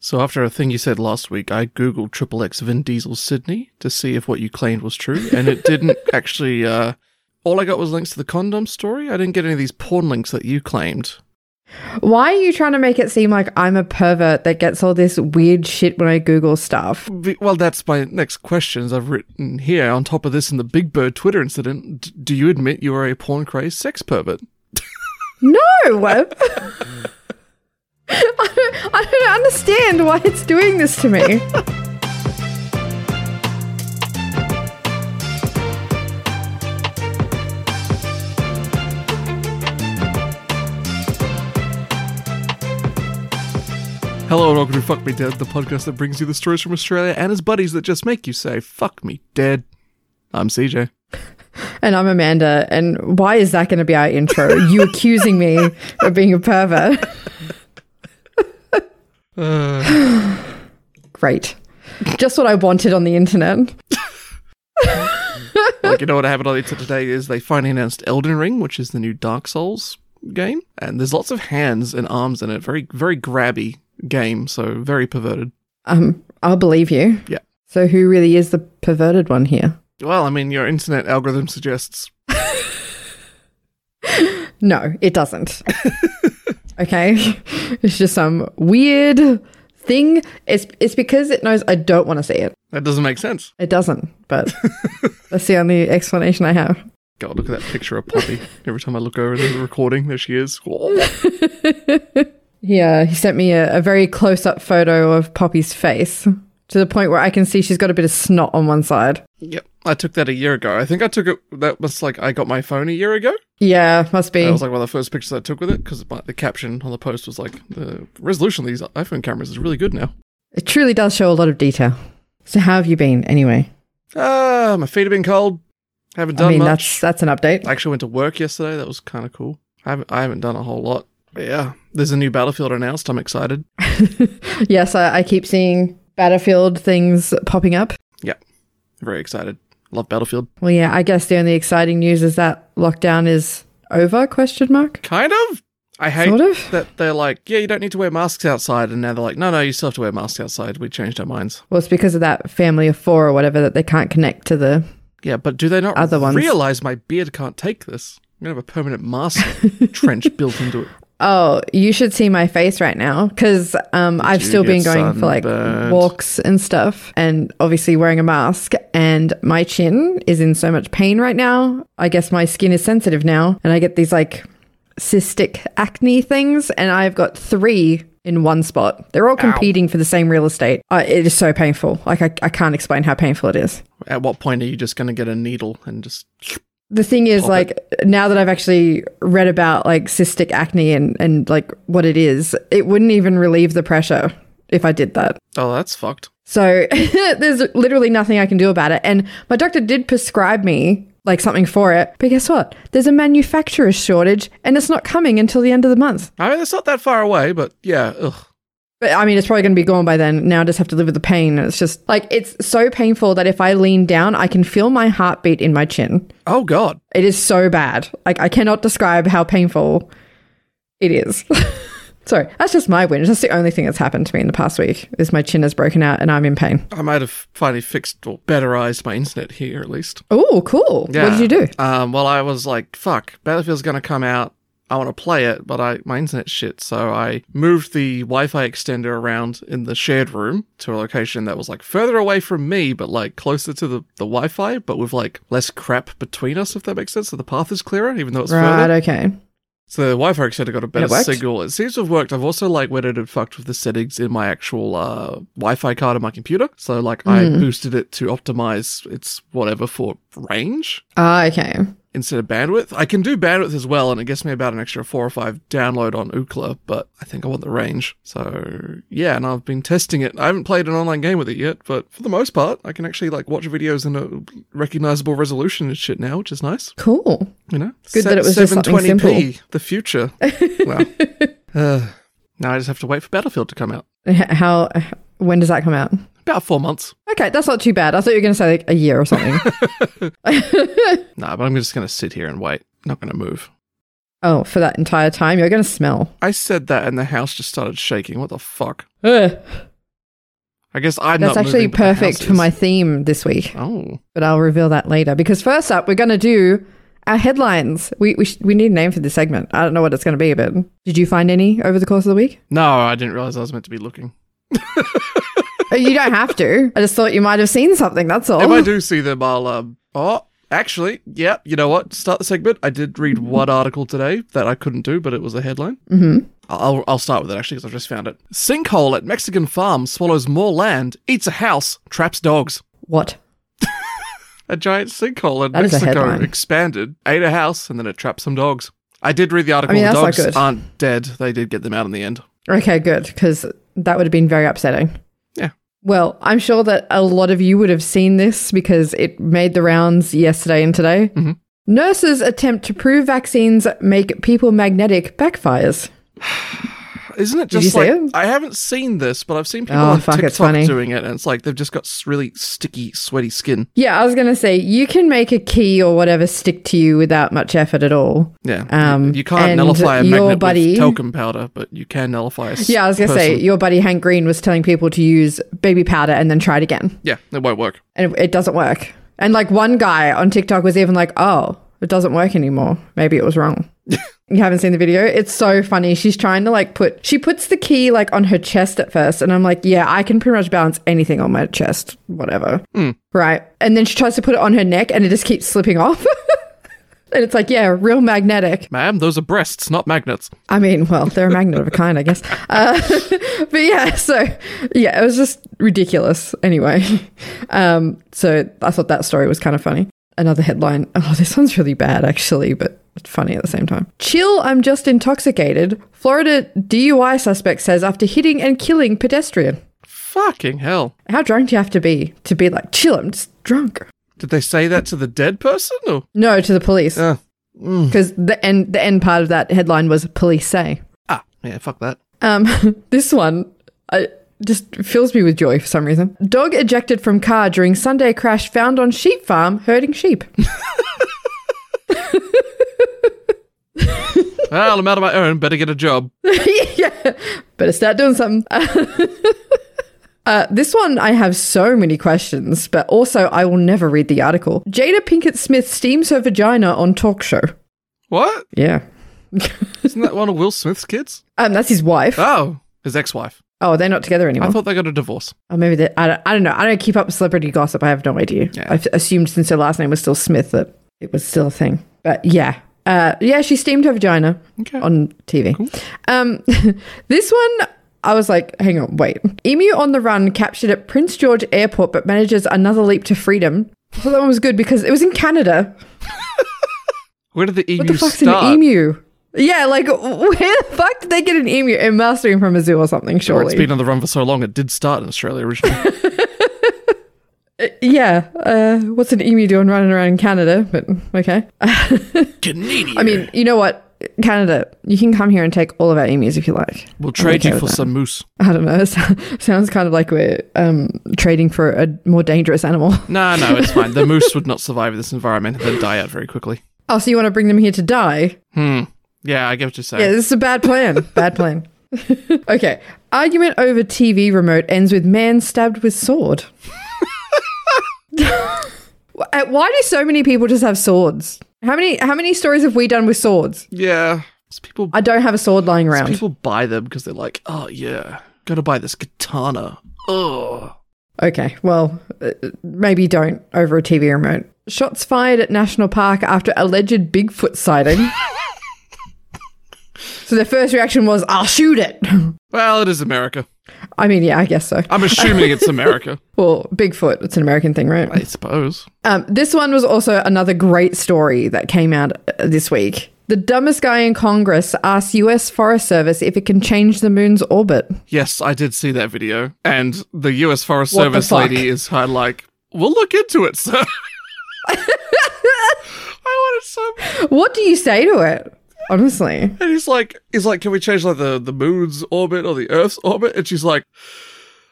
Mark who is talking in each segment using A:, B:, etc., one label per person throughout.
A: So after a thing you said last week, I googled Triple X Vin Diesel Sydney to see if what you claimed was true, and it didn't actually. Uh, all I got was links to the condom story. I didn't get any of these porn links that you claimed.
B: Why are you trying to make it seem like I'm a pervert that gets all this weird shit when I Google stuff?
A: Be- Well, that's my next question. As I've written here on top of this in the Big Bird Twitter incident, d- do you admit you are a porn crazed sex pervert?
B: No! I don't, I don't understand why it's doing this to me.
A: Hello and welcome to Fuck Me Dead, the podcast that brings you the stories from Australia and his buddies that just make you say "Fuck me dead." I'm CJ.
B: And I'm Amanda, and why is that going to be our intro? You accusing me of being a pervert? Great. Just what I wanted on the internet.
A: like you know what happened on the internet today is they finally announced Elden Ring, which is the new Dark Souls game, and there's lots of hands and arms in it. Very very grabby game, so very perverted.
B: Um, I'll believe you.
A: Yeah.
B: So who really is the perverted one here?
A: Well, I mean, your internet algorithm suggests
B: No, it doesn't. okay. It's just some weird thing. It's it's because it knows I don't want to see it.
A: that doesn't make sense.
B: It doesn't, but that's the only explanation I have.
A: God, look at that picture of Poppy. Every time I look over the recording, there she is.
B: Yeah, he sent me a, a very close up photo of Poppy's face to the point where I can see she's got a bit of snot on one side.
A: Yep, I took that a year ago. I think I took it. That was like I got my phone a year ago.
B: Yeah, must be.
A: That was like one of the first pictures I took with it because the caption on the post was like the resolution of these iPhone cameras is really good now.
B: it truly does show a lot of detail. So how have you been anyway?
A: Ah, my feet have been cold. Haven't done
B: I mean, that's
A: much.
B: that's an update.
A: I actually went to work yesterday. That was kind of cool. I haven't, I haven't done a whole lot. But yeah, there's a new Battlefield announced. I'm excited.
B: yes, I, I keep seeing battlefield things popping up.
A: Yeah, very excited. Love Battlefield.
B: Well, yeah, I guess the only exciting news is that lockdown is over? Question mark.
A: Kind of. I hate
B: Sort of.
A: that they're like, yeah, you don't need to wear masks outside, and now they're like, no, no, you still have to wear masks outside. We changed our minds.
B: Well, it's because of that family of four or whatever that they can't connect to the.
A: Yeah, but do they not
B: Other ones.
A: realize my beard can't take this? I'm gonna have a permanent mask trench built into it.
B: Oh, you should see my face right now because um, I've
A: you
B: still been
A: get
B: going for like
A: sunburned?
B: walks and stuff, and obviously wearing a mask. And my chin is in so much pain right now. I guess my skin is sensitive now, and I get these like cystic acne things, and I've got three in one spot. They're all competing for the same real estate. Uh, it is so painful. Like I, I can't explain how painful it is.
A: At what point are you just gonna get a needle and just?
B: the thing is like now that i've actually read about like cystic acne and and like what it is it wouldn't even relieve the pressure if i did that
A: Oh, that's fucked.
B: so there's literally nothing i can do about it and my doctor did prescribe me like something for it but guess what there's a manufacturer shortage and it's not coming until the end of the month
A: I mean, it's not that far away, but yeah, ugh.
B: but i mean it's probably going to be gone by then now i just have to live with the pain and it's just like it's so painful that if i lean down i can feel my heartbeat in my chin
A: Oh god,
B: It is so bad. Like I cannot describe how painful it is. Sorry, that's just my win. That's the only thing that's happened to me in the past week is my chin has broken out and I'm in pain.
A: I might have finally fixed or betterized my internet here at least.
B: Oh, cool. What did you do?
A: Um, well, I was like, fuck, Battlefield's going to come out. I want to play it, but I my internet's shit. So I moved the Wi Fi extender around in the shared room to a location that was like further away from me, but like closer to the, the Wi Fi, but with like less crap between us, if that makes sense. So the path is clearer, even though it's
B: Right,
A: further.
B: okay.
A: So the Wi-Fi extender got a better
B: it worked?
A: signal. It seems to have worked. I've also like went in and fucked with the settings in my actual uh, Wi-Fi card on my computer. So like I
B: Hmm.
A: boosted it to optimize its whatever for range
B: Ah, okay.
A: instead of bandwidth. I can do bandwidth as well, and it gets me about an extra four or five download on Ookla, but I think I want the range. So yeah, and I've been testing it. I haven't played an online game with it yet, but for the most part, I can actually like watch videos in a recognizable resolution and shit now, which is nice.
B: Cool.
A: You know,
B: Good that it was just something
A: 720p, The future. well, uh, now I just have to wait for Battlefield to come out.
B: H- How when does that come out?
A: About four months.
B: Okay, that's not too bad. I thought you were going to say like a year or something.
A: Nah, but I'm just gonna sit here and wait. Not gonna move.
B: oh, for that entire time you're going to smell.
A: I said that, and the house just started shaking. What the fuck?
B: Ugh.
A: I guess I'm
B: That's
A: Eh, not moving
B: actually
A: to the
B: perfect for
A: houses.
B: my theme this week,
A: Oh,
B: but I'll reveal that later. Because first up, we're going to do our headlines. We we, sh- we need a name for this segment. I don't know what it's going to be, but did you find any over the course of the week?
A: no, I didn't realize I was meant to be looking.
B: Oh, you don't have to. I just thought you might have seen something. That's all.
A: If I do see them, I'll. Um, oh, actually, yeah, you know what? Start the segment. I did read one article today that I couldn't do, but it was a headline. Mm-hmm. I'll, I'll start with it actually because I just found it. Sinkhole at Mexican farm swallows more land, eats a house, traps dogs.
B: What?
A: A giant sinkhole in
B: That is a
A: Mexico
B: headline.
A: expanded, ate a house, and then it trapped some dogs. I did read the article.
B: mean,
A: the
B: that's not
A: dogs
B: good.
A: aren't dead. They did get them out in the end.
B: Okay, good, because that would have been very upsetting.
A: Yeah.
B: Well, I'm sure that a lot of you would have seen this because it made the rounds yesterday and today.
A: Mm-hmm.
B: Nurses attempt to prove vaccines make people magnetic backfires.
A: Isn't it
B: Did
A: just
B: you
A: like
B: see it?
A: I haven't seen this, but I've seen people
B: Oh,
A: on
B: fuck,
A: TikTok
B: it's funny.
A: doing it, and it's like they've just got s- really sticky, sweaty skin.
B: Yeah, I was going to say, you can make a key or whatever stick to you without much effort at all.
A: Yeah,
B: Um,
A: you can't
B: and
A: nullify a
B: your
A: magnet
B: buddy-
A: with talcum powder, but you can nullify a s-
B: Yeah, I was going to say,
A: person.
B: your buddy Hank Green was telling people to use baby powder and then try it again.
A: yeah, it won't work.
B: and it, it doesn't work. And like one guy on TikTok was even like, "Oh, it doesn't work anymore. Maybe it was wrong." you haven't seen the video? It's so funny. She's trying to like put she puts the key like on her chest at first, and I'm like, "Yeah, I can pretty much balance anything on my chest, whatever." Right? And then she tries to put it on her neck, and it just keeps slipping off. and it's like, "Yeah, real magnetic."
A: Ma'am, those are breasts, not magnets.
B: I mean, well, they're a magnet of a kind, I guess. Uh, but yeah, so yeah, it was just ridiculous. Anyway, um, so I thought that story was kind of funny. Another headline. Oh, this one's really bad, actually, but funny at the same time. Chill, I'm just intoxicated. Florida DUI suspect says after hitting and killing pedestrian.
A: Fucking hell!
B: How drunk do you have to be to be like, chill, I'm just drunk?
A: Did they say that to the dead person? Or
B: No, to the police.
A: Uh,
B: Because the end, the end part of that headline was police say.
A: ah, yeah, fuck that.
B: Um, this one I, just fills me with joy for some reason. Dog ejected from car during Sunday crash found on sheep farm herding sheep.
A: well, I'm out of my own. Better get a job.
B: yeah, better start doing something. Uh, this one, I have so many questions, but also I will never read the article. Jada Pinkett Smith steams her vagina on talk show.
A: What?
B: Yeah.
A: Isn't that one of Will Smith's kids?
B: Um, that's his wife.
A: Oh, his ex-wife.
B: Oh, they're not together anymore.
A: I thought they got a divorce.
B: Oh, maybe they, I don't. I don't know. I don't keep up with celebrity gossip. I have no idea.
A: Yeah.
B: I've assumed since her last name was still Smith that it was still a thing. But yeah, uh, yeah, she steamed her vagina
A: Okay.
B: on TV. Um, this one, I was like, hang on, wait. Emu on the run captured at Prince George Airport, but manages another leap to freedom. I thought that one was good because it was in Canada.
A: Where did the EU
B: What the fuck's
A: start?
B: an E emu? Yeah, like where the fuck did they get an emu? It must have been from a zoo or something,
A: Or it's
B: surely.
A: been on the run for so long, it did start in Australia originally.
B: yeah. Uh, what's an emu doing running around in Canada? But okay.
A: Canadian.
B: I mean, you know what? Canada, you can come here and take all of our emus if you like.
A: we'll trade
B: okay
A: you for
B: with that.
A: some moose.
B: I don't know. It so- sounds kind of like we're um, trading for a more dangerous animal.
A: No, no, it's fine. The moose would not survive in this environment and then die out very quickly.
B: Oh, so you want to bring them here to die?
A: Hmm. Yeah, I get what you're saying.
B: Yeah, this is a bad plan. Bad plan. okay. Argument over TV remote ends with man stabbed with sword. Uh, Why do so many people just have swords? How many how many stories have we done with swords?
A: Yeah. It's people
B: I don't have a sword lying around.
A: people buy them because they're like, oh yeah, gotta buy this katana. Ugh.
B: Okay, well, uh, maybe don't over a TV remote. Shots fired at National Park after alleged Bigfoot sighting. so their first reaction was, I'll shoot it.
A: Well, it is America.
B: I mean, yeah, I guess so.
A: I'm assuming it's America.
B: Well, Bigfoot, it's an American thing, right?
A: I suppose.
B: Um, this one was also another great story that came out uh, this week. The dumbest guy in Congress asks US Forest Service if it can change the moon's orbit.
A: Yes, I did see that video. And the US Forest
B: What the
A: Service
B: fuck?
A: lady is kind of like, we'll look into it, sir. I wanted so
B: What do you say to it? Honestly.
A: And he's like, he's like, can we change like the, the moon's orbit or the Earth's orbit? And she's like,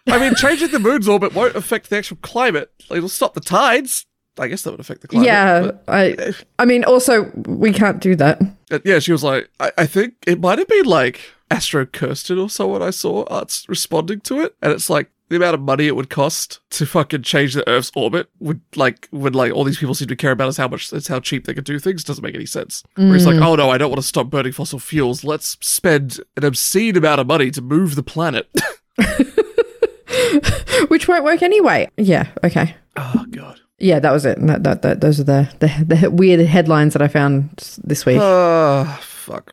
A: I mean, changing the moon's orbit won't affect the actual climate. It'll stop the tides. I guess that would affect the climate.
B: Yeah,
A: but-
B: I I mean also we can't do that.
A: uh, yeah, she was like, I, I think it might have been like Astro Kirsten or someone I saw arts responding to it. And it's like, the amount of money it would cost to fucking change the Earth's orbit would like would like all these people seem to care about is how much it's how cheap they could do things doesn't make any sense. Where it's like, oh no, I don't want to stop burning fossil fuels. Let's spend an obscene amount of money to move the planet.
B: which won't work anyway. Yeah, okay.
A: oh god.
B: Yeah, that was it. That, that, that, those are the, the, the weird headlines that I found s- this week.
A: Ah, fuck.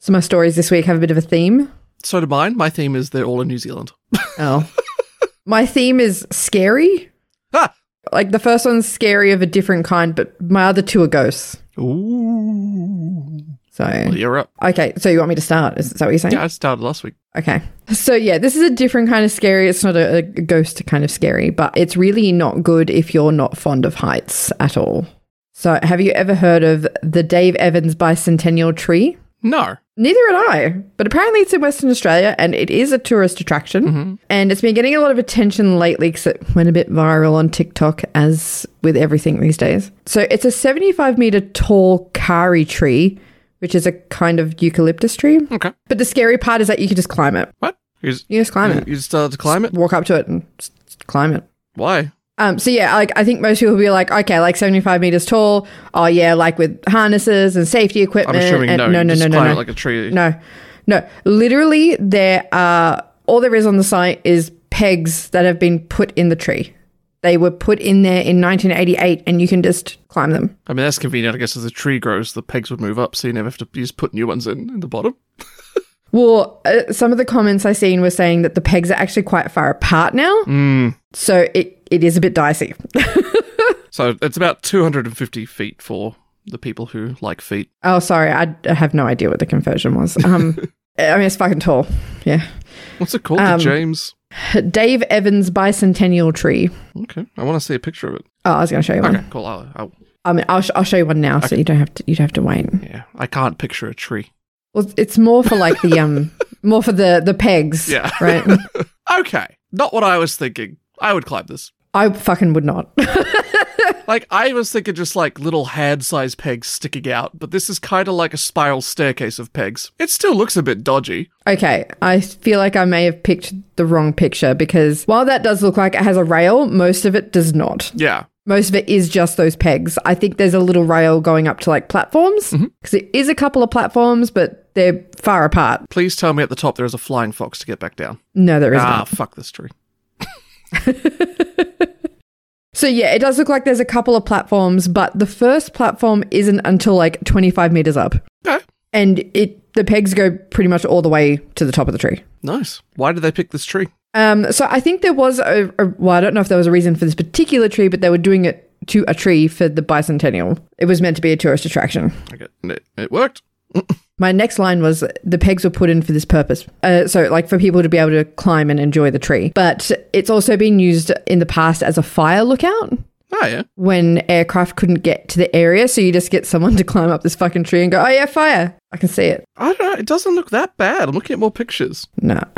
B: So my stories this week have a bit of a theme.
A: So to mine, my theme is they're all in New Zealand.
B: Oh. my theme is scary.
A: Ah!
B: Like the first one's scary of a different kind, but my other two are ghosts.
A: Ooh.
B: So
A: You're up.
B: okay, so you want me to start? Is that what you're saying?
A: Yeah, I started last week.
B: Okay. So, yeah, this is a different kind of scary. It's not a, a ghost kind of scary, but it's really not good if you're not fond of heights at all. So, have you ever heard of the Dave Evans bicentennial tree?
A: No.
B: Neither had I, but apparently it's in Western Australia and it is a tourist attraction. And it's been getting a lot of attention lately because it went a bit viral on TikTok, as with everything these days. So it's a 75 meter tall kari tree, which is a kind of eucalyptus tree.
A: Okay.
B: But the scary part is that you can just climb it.
A: What? You just,
B: You just climb it.
A: you just started to climb it?
B: Walk up to it and s- s- climb it.
A: Why?
B: Um, so yeah, like I think most people will be like, okay, like seventy-five meters tall. Oh yeah, like with harnesses and safety
A: I'm
B: equipment.
A: assuming
B: and-
A: no.
B: Uh, no,
A: you
B: no,
A: just
B: no, no,
A: climb
B: no.
A: it like a tree.
B: No, no. Literally, there are all there is on the site is pegs that have been put in the tree. They were put in there in 1988, and you can just climb them.
A: I mean, that's convenient. I guess as the tree grows, the pegs would move up, so you never have to you just put new ones in in the bottom.
B: Well, uh, some of the comments I seen were saying that the pegs are actually quite far apart now,
A: Hmm.
B: so it, it is a bit dicey.
A: So it's about 250 feet for the people who like feet.
B: oh, sorry, I, I have no idea what the conversion was. Um, I mean, it's fucking tall. Yeah,
A: What's it called,
B: Um,
A: the James?
B: Dave Evans bicentennial tree.
A: Okay, I want to see a picture of it.
B: Oh, I was going to show you one.
A: Okay, cool. I'll, I'll,
B: I mean, I'll, sh- I'll show you one now, so you don't have to you'd have to wait.
A: yeah, I can't picture a tree.
B: Well, it's more for like the um, more for the the pegs.
A: Yeah.
B: Right.
A: Okay, not what I was thinking. I would climb this.
B: I fucking would not.
A: Like I was thinking, just like little hand-sized pegs sticking out, but this is kind of like a spiral staircase of pegs. It still looks a bit dodgy.
B: okay, I feel like I may have picked the wrong picture because while that does look like it has a rail, most of it does not.
A: Yeah,
B: Most of it is just those pegs. I think there's a little rail going up to like platforms because is a couple of platforms, but they're far apart.
A: Please tell me at the top there is a flying fox to get back down.
B: No, there isn't.
A: Ah, fuck this tree.
B: So yeah, it does look like there's a couple of platforms, but the first platform isn't until like 25 meters up,
A: Okay,
B: and it the pegs go pretty much all the way to the top of the tree.
A: nice. Why did they pick this tree?
B: Um, so I think there was a, a well, I don't know if there was a reason for this particular tree, but they were doing it to a tree for the bicentennial. It was meant to be a tourist attraction.
A: Okay, it, it worked.
B: My next line was the pegs were put in for this purpose. Uh, so, like, for people to be able to climb and enjoy the tree. But it's also been used in the past as a fire lookout.
A: Oh yeah,
B: when aircraft couldn't get to the area, so you just get someone to climb up this fucking tree and go, "Oh yeah, fire! I can see it."
A: I don't know. It doesn't look that bad. I'm looking at more pictures.
B: No.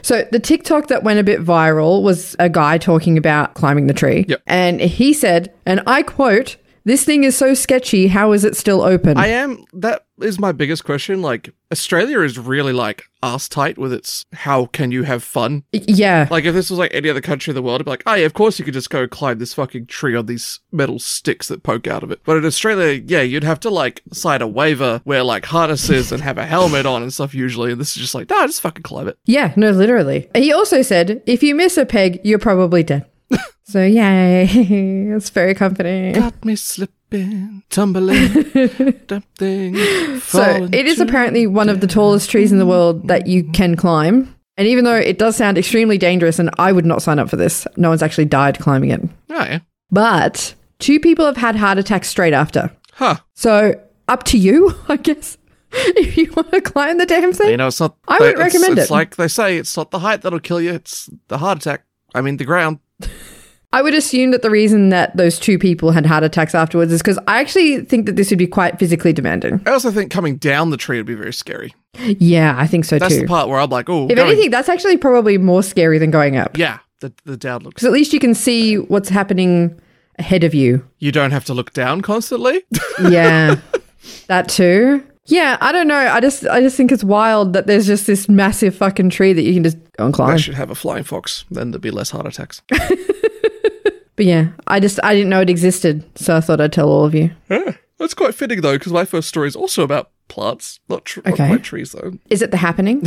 B: So the TikTok that went a bit viral was a guy talking about climbing the tree,
A: Yep.
B: and he said, and I quote. This thing is so sketchy. How is it still open?
A: I am. That is my biggest question. Like Australia is really like ass tight with its how can you have fun.
B: yeah.
A: Like if this was like any other country in the world, it'd be like, oh yeah, of course you could just go climb this fucking tree on these metal sticks that poke out of it. But in Australia, yeah, you'd have to like sign a waiver, wear like harnesses and have a helmet on and stuff usually. And this is just like, nah, just fucking climb it.
B: Yeah, no, literally. He also said, if you miss a peg, you're probably dead. so, yay. it's very comforting.
A: Got me slipping, tumbling, something.
B: So it is apparently one of the tallest trees in the world that you can climb. And even though it does sound extremely dangerous, and I would not sign up for this, no one's actually died climbing it.
A: Oh yeah.
B: But two people have had heart attacks straight after.
A: Huh.
B: So up to you, I guess, if you want to climb the damn
A: You
B: thing.
A: know, it's not.
B: I wouldn't
A: it's-
B: recommend
A: It's
B: it.
A: like they say, it's not the height that'll kill you; it's the heart attack. I mean, the ground.
B: I would assume that the reason that those two people had heart attacks afterwards is because I actually think that this would be quite physically demanding.
A: I also think coming down the tree would be very scary.
B: Yeah, I think so
A: That's
B: too.
A: the part where I'm like, oh,
B: If
A: going-
B: anything, that's actually probably more scary than going up.
A: yeah, the the down looks.
B: Because at least you can see what's happening ahead of you.
A: You don't have to look down constantly.
B: Yeah. that too. Yeah, I don't know. I just I just think it's wild that there's just this massive fucking tree that you can just go and
A: I
B: climb.
A: should have a flying fox, then there'd be less heart attacks.
B: But yeah, I just I didn't know it existed, so I thought I'd tell all of you.
A: Yeah, that's quite fitting though, because my first story is also about plants, not, tr- not
B: Okay.
A: quite trees though.
B: Is it the happening?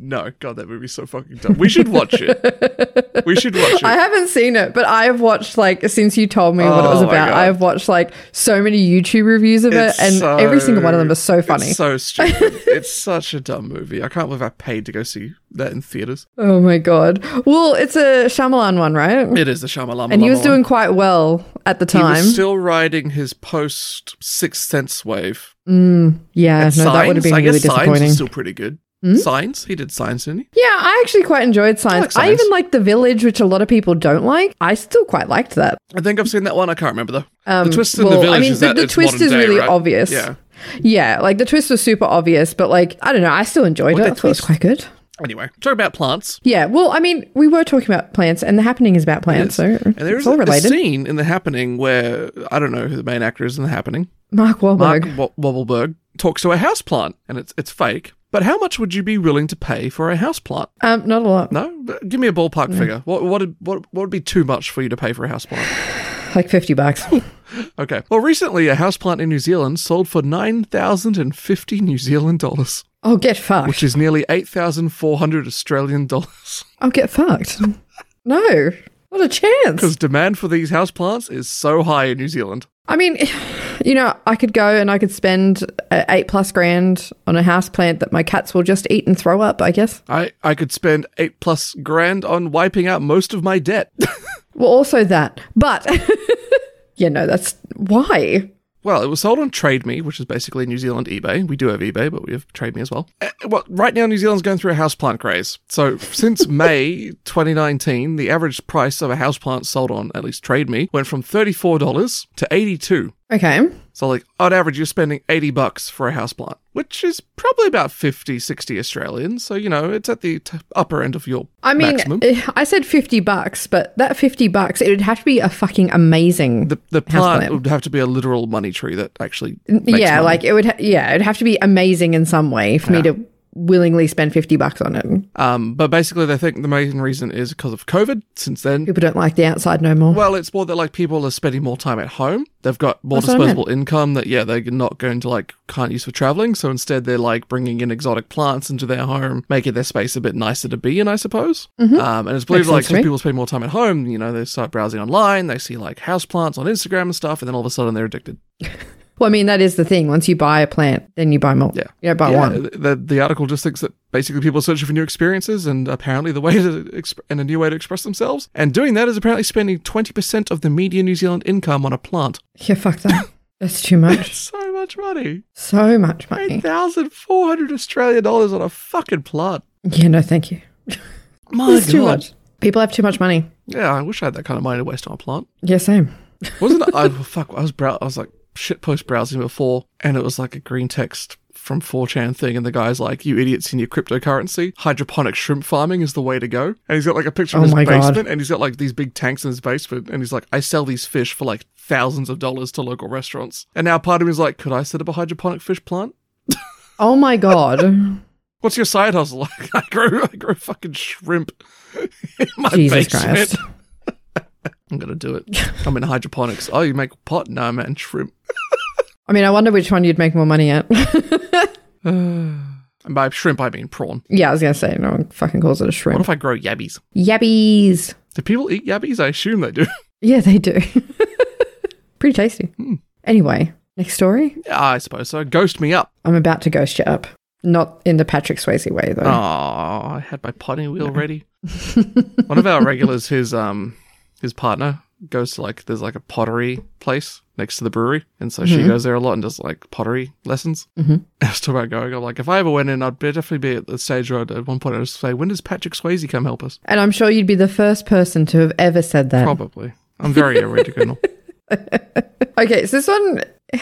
A: No, God, that movie's so fucking dumb. We should watch it. we should watch
B: I
A: it.
B: haven't seen it, but I have watched like since you told me what it was
A: Oh my
B: about.
A: God.
B: I have watched like so many YouTube reviews of
A: It's
B: it, and
A: so-
B: every single one of them is so
A: it's
B: funny.
A: so stupid. it's such a dumb movie. I can't believe I paid to go see that in theaters.
B: oh my god! Well, it's a Shyamalan one, right?
A: It is the Shyamalan.
B: and he was doing quite well at the
A: He
B: time.
A: was still riding his post Sixth Sense wave.
B: yeah, no,
A: signs,
B: that would have been
A: I
B: really
A: guess Signs
B: disappointing. Hmm?
A: is still pretty good. Signs, he did Signs, didn't he?
B: yeah, I actually quite enjoyed Science.
A: like
B: I even
A: Signs.
B: liked The Village, which a lot of people don't like. I still quite liked that.
A: I think I've seen that one. I can't remember though. the twist in
B: Um, well,
A: the village
B: I mean,
A: is
B: the,
A: that
B: the
A: it's
B: twist
A: modern
B: is
A: day,
B: really
A: right?
B: obvious.
A: Yeah.
B: yeah, like the twist was super obvious, but like I don't know, I still enjoyed it.
A: they
B: I thought it was
A: twist?
B: quite good.
A: Anyway, talk about plants.
B: Yeah, well, I mean, we were talking about plants, and the happening is about plants, so
A: And there
B: it's
A: is
B: all
A: a, a
B: related.
A: scene in The Happening where I don't know who the main actor is in The Happening.
B: Mark Wahlberg.
A: Mark Wa- Wahlberg talks to a houseplant, and it's it's fake. But how much would you be willing to pay for a houseplant?
B: Um, not a lot,
A: No, give me a ballpark
B: Mm.
A: figure. What what what what would be too much for you to pay for a houseplant?
B: like fifty bucks.
A: Okay. Well, recently a houseplant in New Zealand sold for nine thousand and fifty New Zealand dollars,
B: oh, get fucked!
A: which is nearly eight thousand four hundred Australian dollars.
B: Oh, get fucked! No, not a chance.
A: Because demand for these houseplants is so high in New Zealand.
B: I mean, you know, I could go and I could spend uh, eight plus grand on a house plant that my cats will just eat and throw up. I guess.
A: I, I could spend eight plus grand on wiping out most of my debt.
B: Well, also that, but yeah, no, that's why.
A: well, it was sold on TradeMe, which is basically New Zealand eBay. We do have eBay, but we have TradeMe as well. Uh, well, right now New Zealand's going through a houseplant craze. So since May 2019, the average price of a houseplant sold on at least TradeMe went from $34 to 82.
B: Okay,
A: So like on average you're spending 80 bucks for a houseplant, which is probably about 50 60 Australian. So you know, it's at the t- upper end of your
B: I mean,
A: maximum.
B: eh, I said fifty bucks, but that fifty bucks, it would have to be a fucking amazing.
A: The, the plant
B: houseplant.
A: would have to be a literal money tree that actually makes
B: yeah,
A: money.
B: like it would. Ha- yeah, it'd have to be amazing in some way for me to willingly spend fifty bucks on it.
A: Um, but basically, they think the main reason is because of COVID. Since then,
B: People don't like the outside no more.
A: well, it's more that like people are spending more time at home. They've got more
B: what I meant.
A: disposable income that yeah they're not going to like can't use for traveling. So instead, they're like bringing in exotic plants into their home, making their space a bit nicer to be in, I suppose. Um, and it's believed
B: Mm-hmm. Makes
A: like
B: sense to
A: since
B: me.
A: people spend more time at home, you know, they start browsing online, they see like house plants on Instagram and stuff, and then all of a sudden they're addicted.
B: Well, I mean, that is the thing. Once you buy a plant, then you buy more.
A: Yeah.
B: you don't buy
A: Yeah,
B: one.
A: The, the article just thinks that basically people are searching for new experiences and apparently the way to exp- and a new way to express themselves. And doing that is apparently spending 20% of the media New Zealand income on a plant.
B: Yeah, fuck that. That's too much.
A: So much money.
B: So much money.
A: 8,400 Australian dollars on a fucking plant.
B: Yeah, no, thank you.
A: My
B: It's too
A: Oh, God.
B: much. People have too much money.
A: Yeah, I wish I had that kind of money to waste on a plant.
B: Yeah, same.
A: Wasn't I fuck I was brow- I was like shit post browsing before and it was like a green text from 4chan thing and the guy's like, You idiots in your cryptocurrency, hydroponic shrimp farming is the way to go. And he's got like a picture of
B: Oh
A: his
B: my God.
A: basement and he's got like these big tanks in his basement and he's like, I sell these fish for like thousands of dollars to local restaurants. And now part of me is like, Could I set up a hydroponic fish plant?
B: Oh my god.
A: What's your side hustle? Like I grow I grow fucking shrimp in my
B: Jesus
A: basement.
B: Christ.
A: I'm gonna do it. I'm in hydroponics. Oh, you make pot? No man, shrimp.
B: I mean, I wonder which one you'd make more money at.
A: And by shrimp I mean prawn.
B: yeah, I was gonna say no one fucking calls it a
A: What
B: shrimp.
A: if I grow yabbies?
B: Yabbies.
A: Do people eat yabbies? I assume they do.
B: Yeah, they do. Pretty tasty.
A: Hmm.
B: Anyway, next story.
A: yeah, I suppose so. Ghost me up.
B: I'm about to ghost you up. Not in the Patrick Swayze way, though.
A: Oh, I had my potting wheel ready. One of our regulars, his um, his partner goes to like there's like a pottery place next to the brewery, and so
B: Mm-hmm.
A: she goes there a lot and does like pottery lessons. Mm-hmm. I was talking about going. I'm like, if I ever went in, I'd be- definitely be at the stage where I'd, at one point I'd say, when does Patrick Swayze come help us?
B: And I'm sure you'd be the first person to have ever said that.
A: Probably. I'm very original.
B: Okay, so this one, this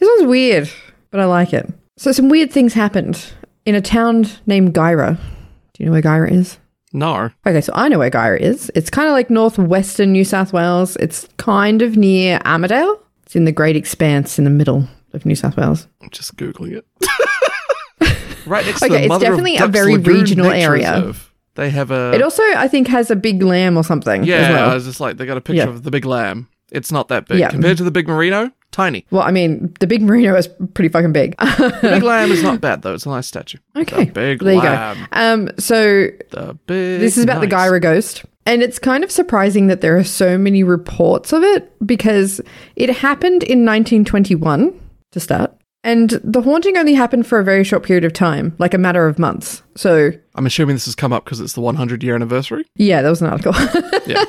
B: one's weird, but I like it. So some weird things happened in a town named Gyra. Do you know where Gyra is?
A: no.
B: Okay, so I know where Gyra is. It's kind of like northwestern New South Wales. It's kind of near Armidale. It's in the Great Expanse in the middle. of New South Wales.
A: I'm just googling it. right next to
B: Okay,
A: the
B: it's
A: Mother of
B: definitely a
A: Ducks
B: very
A: Lagoon
B: regional
A: Nature
B: area.
A: Reserve. They have a
B: It also, I think, has a big lamb or something. as
A: yeah. uh,
B: well.
A: I was just like they got a picture
B: Yeah.
A: of the big lamb. It's not that big
B: Yeah.
A: compared to the big merino. Tiny.
B: Well, I mean, the big merino is pretty fucking big.
A: The big lamb is not bad though. It's a nice statue.
B: okay.
A: The big
B: there you
A: lamb.
B: go. Um, so
A: The big.
B: this is about the
A: nice.
B: Gyra ghost. And it's kind of surprising that there are so many reports of it because it happened in 1921 to start. And the haunting only happened for a very short period of time, like a matter of months. So,
A: I'm assuming this has come up because it's the 100 year anniversary.
B: yeah, that was an article. Um,
A: Yeah.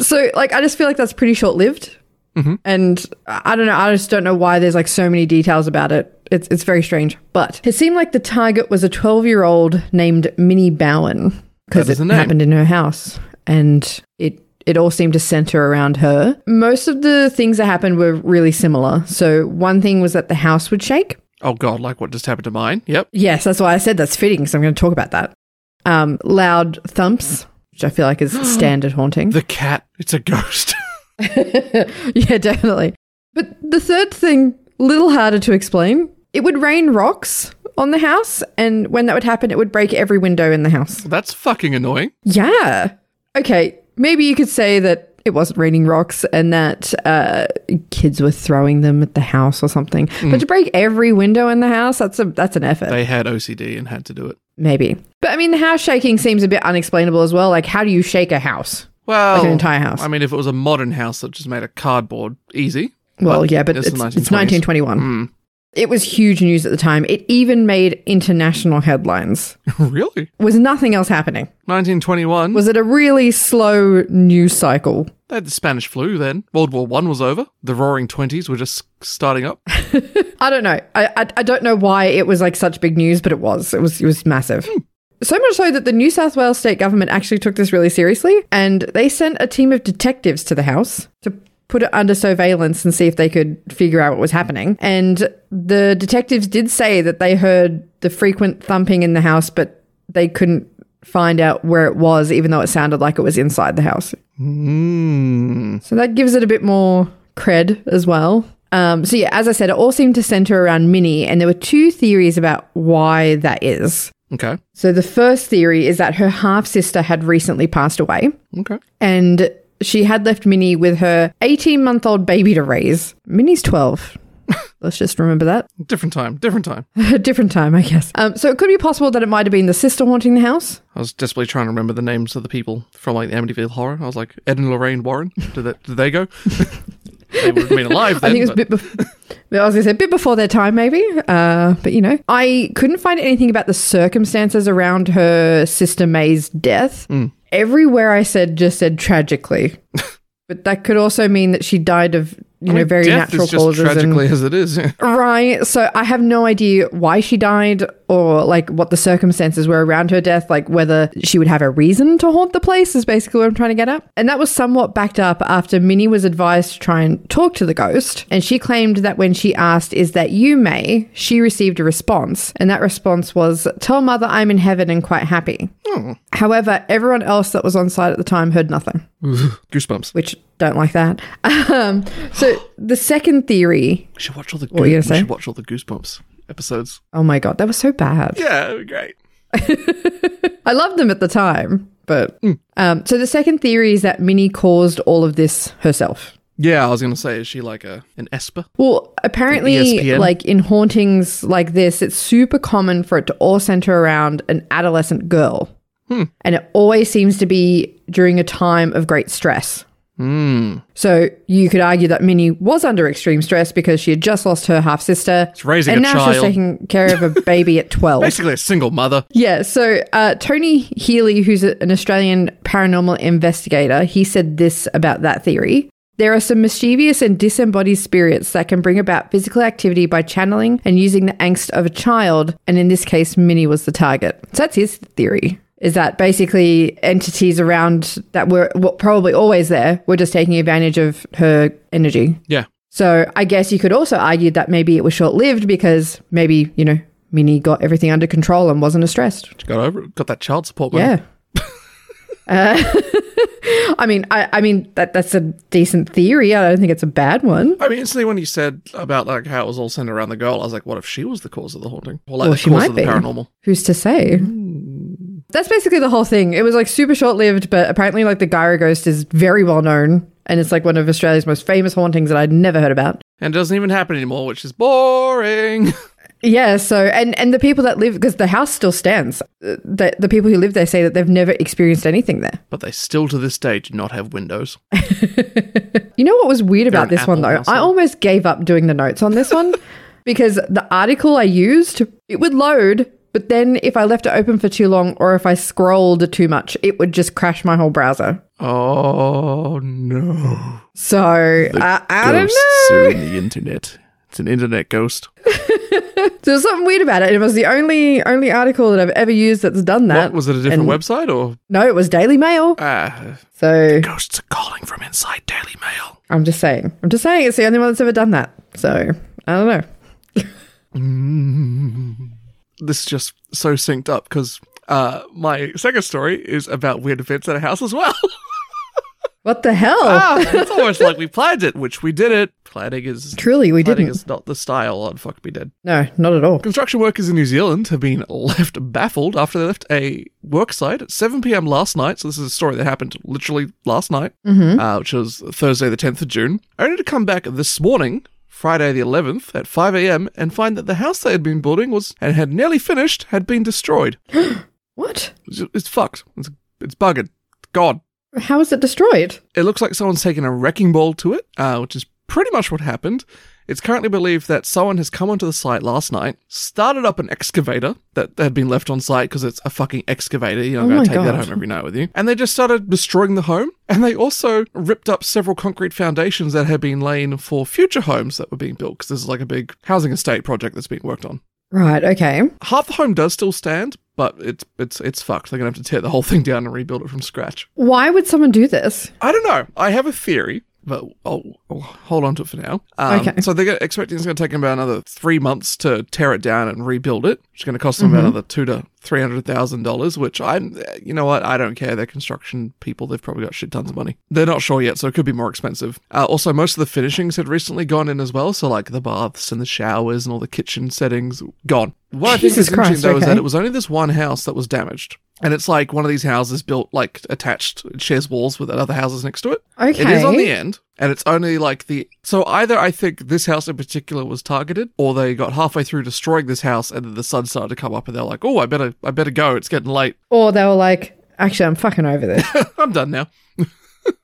B: So, like, I just feel like that's pretty short lived.
A: Mm-hmm.
B: And I I don't know. I just don't know why there's like so many details about it. It's, it's very strange. But it seemed like the target was a 12 year old named Minnie Bowen because
A: That is
B: it
A: the name.
B: happened in her house and it. It all seemed to center around her. Most of the things that happened were really similar. So, one thing was that the house would shake.
A: oh God, like what just happened to mine? Yep.
B: Yes, that's why I said that's fitting because I'm going to talk about that. Um, loud thumps, which I feel like is standard haunting.
A: The cat. It's a ghost.
B: yeah, definitely. But the third thing, little harder to explain. It would rain rocks on the house, and when that would happen, it would break every window in the house.
A: That's fucking annoying.
B: Yeah. Okay, maybe you could say that it wasn't raining rocks and that uh, kids were throwing them at the house or something. But to break every window in the house, that's a that's an effort.
A: They had OCD and had to do it.
B: maybe. But I mean, the house shaking seems a bit unexplainable as well. Like, how do you shake a house?
A: Well,
B: Like an entire house.
A: I mean, if it was a modern house that just made of cardboard, easy.
B: Well, yeah, but
A: it's
B: it's,
A: the
B: it's
A: 1920s.
B: 1921.
A: Mm.
B: It was huge news at the time. It even made international headlines.
A: really?
B: Was nothing else happening?
A: 1921.
B: Was it a really slow news cycle?
A: they had the Spanish flu then. World War One was over. The Roaring Twenties were just starting up.
B: I don't know. I, I I don't know why it was like such big news, but it was. It was it was massive. So much so that the New South Wales state government actually took this really seriously, and they sent a team of detectives to the house to put it under surveillance and see if they could figure out what was happening. And the detectives did say that they heard the frequent thumping in the house, but they couldn't find out where it was, even though it sounded like it was inside the house.
A: Mm.
B: So that gives it a bit more cred as well. Um, so yeah, as I said, it all seemed to center around Minnie, and there were two theories about why that is.
A: Okay.
B: So the first theory is that her half sister had recently passed away,
A: Okay.
B: and she had left Minnie with her 18 month old baby to raise. Minnie's 12. Let's just remember that.
A: Different time. Different time.
B: A different time, I guess. Um, so it could be possible that it might have been the sister haunting the house.
A: I was desperately trying to remember the names of the people from like the Amityville Horror. I was like Ed and Lorraine Warren. Did that? Did they go? they would have been alive then.
B: I think it was a
A: but-
B: bit. Bef- I was going to say a bit before their time, maybe. Uh, but you know, I couldn't find anything about the circumstances around her sister May's death.
A: Mm.
B: Everywhere I said just said tragically, but that could also mean that she died of you know
A: I mean,
B: very
A: death
B: natural
A: is just
B: causes. and-
A: tragically as it is.
B: Right. So I have no idea why she died or like what the circumstances were around her death, like whether she would have a reason to haunt the place is basically what I'm trying to get at. And that was somewhat backed up after Minnie was advised to try and talk to the ghost. And she claimed that when she asked, Is that you, May? she received a response. And that response was, Tell mother I'm in heaven and quite happy. However, everyone else that was on site at the time heard nothing
A: Goosebumps.
B: which don't like that. Um, so the second theory,
A: We should watch all the.
B: were you gonna
A: we
B: say?
A: should watch all the Goosebumps episodes.
B: oh my god, that was so bad.
A: Yeah, that'd be great.
B: I loved them at the time, but
A: Hmm.
B: um, so the second theory is that Minnie caused all of this herself.
A: Yeah, I was gonna say, is she like a an Esper?
B: Well, apparently,
A: ESPN?
B: like in hauntings like this, it's super common for it to all center around an adolescent girl.
A: Hmm.
B: And it always seems to be during a time of great stress.
A: Hmm.
B: So you could argue that Minnie was under extreme stress because she had just lost her half sister. It's
A: raising
B: and
A: a
B: now she's
A: child.
B: taking care of a baby at 12.
A: Basically, a single mother.
B: Yeah, so uh, Tony Healy, who's a- an Australian paranormal investigator, he said this about that theory. There are some mischievous and disembodied spirits that can bring about physical activity by channeling and using the angst of a child, and in this case, Minnie was the target. So that's his theory. Is that basically entities around that were were probably always there were just taking advantage of her energy?
A: Yeah,
B: So I guess you could also argue that maybe it was short lived because maybe, you know, Minnie got everything under control and wasn't as stressed.
A: she got over it. Got that child support money.
B: Yeah. Uh, I mean, I, I mean that that's a decent theory. I don't think it's a bad one.
A: I mean, instantly when you said about like how it was all centered around the girl, I was like, what if she was the cause of the haunting? Or like
B: Well,
A: the
B: she
A: cause
B: might
A: of the
B: be.
A: paranormal?
B: Who's to say? That's basically the whole thing. It was like super short lived, but apparently, like the Gyro Ghost is very well known, and it's like one of Australia's most famous hauntings that I'd never heard about.
A: And it doesn't even happen anymore, which is boring.
B: Yeah, so and and the people that live because the house still stands. uh, The the people who live there say that they've never experienced anything there.
A: but they still to this day do not have windows.
B: You know what was weird about
A: an
B: this one
A: Apple
B: though? I
A: household.
B: almost gave up doing the notes on this one because the article I used it would load, but then if I left it open for too long or if I scrolled too much, it would just crash my whole browser.
A: Oh no.
B: So I, I don't know.
A: are in the internet. It's an internet ghost.
B: So There's something weird about it. It was the only only article that I've ever used that's done that.
A: What, was it a different website or
B: No, it was Daily Mail.
A: ah,
B: So
A: ghosts are calling from inside Daily Mail?
B: I'm just saying. I'm just saying it's the only one that's ever done that. So I don't know.
A: This is just so synced up because uh, my second story is about weird events at a house as well.
B: What the hell?
A: ah, it's almost like we planned it, which we did it. Planning is
B: Truly, we
A: planning
B: didn't.
A: is not the style on Fuck Me Dead.
B: no, not at all.
A: Construction workers in New Zealand have been left baffled after they left a work site at 7 p.m. last night. So, this is a story that happened literally last night, uh, which was Thursday, the 10th of June, only to come back this morning, Friday, the 11th, at 5 a.m., and find that the house they had been building was and had nearly finished had been destroyed.
B: What?
A: It's, it's fucked. It's, it's buggered. God.
B: How was it destroyed?
A: It looks like someone's taken a wrecking ball to it, uh, which is pretty much what happened. It's currently believed that someone has come onto the site last night, started up an excavator that had been left on site because it's a fucking excavator. You're not
B: Oh
A: going
B: my
A: to take that
B: God.
A: home every night with you. And they just started destroying the home. And they also ripped up several concrete foundations that had been laying for future homes that were being built because this is like a big housing estate project that's being worked on.
B: Right. Okay.
A: Half the home does still stand, but it's it's it's fucked. They're going to have to tear the whole thing down and rebuild it from scratch.
B: Why would someone do this?
A: I don't know. I have a theory, but I'll, I'll hold on to it for now. Um,
B: Okay.
A: So they're gonna- expecting it's going to take them about another three months to tear it down and rebuild it, which is going to cost them
B: Mm-hmm.
A: about another two to three hundred thousand dollars. Which I'm, you know what? I don't care. They're construction people. They've probably got shit tons of money. They're not sure yet, so it could be more expensive. Uh, also, most of the finishings had recently gone in as well. So like the baths and the showers and all the kitchen settings gone. What I think
B: Jesus
A: is interesting
B: Christ,
A: though is
B: okay.
A: that it was only this one house that was damaged. And it's like one of these houses built like attached, it shares walls with other houses next to it.
B: Okay.
A: It is on the end, and it's only like the. So either I think this house in particular was targeted, or they got halfway through destroying this house, and then the sun started to come up, and they're like, "Oh, I better, I better go. It's getting late.
B: or they were like, actually, I'm fucking over this.
A: I'm done now."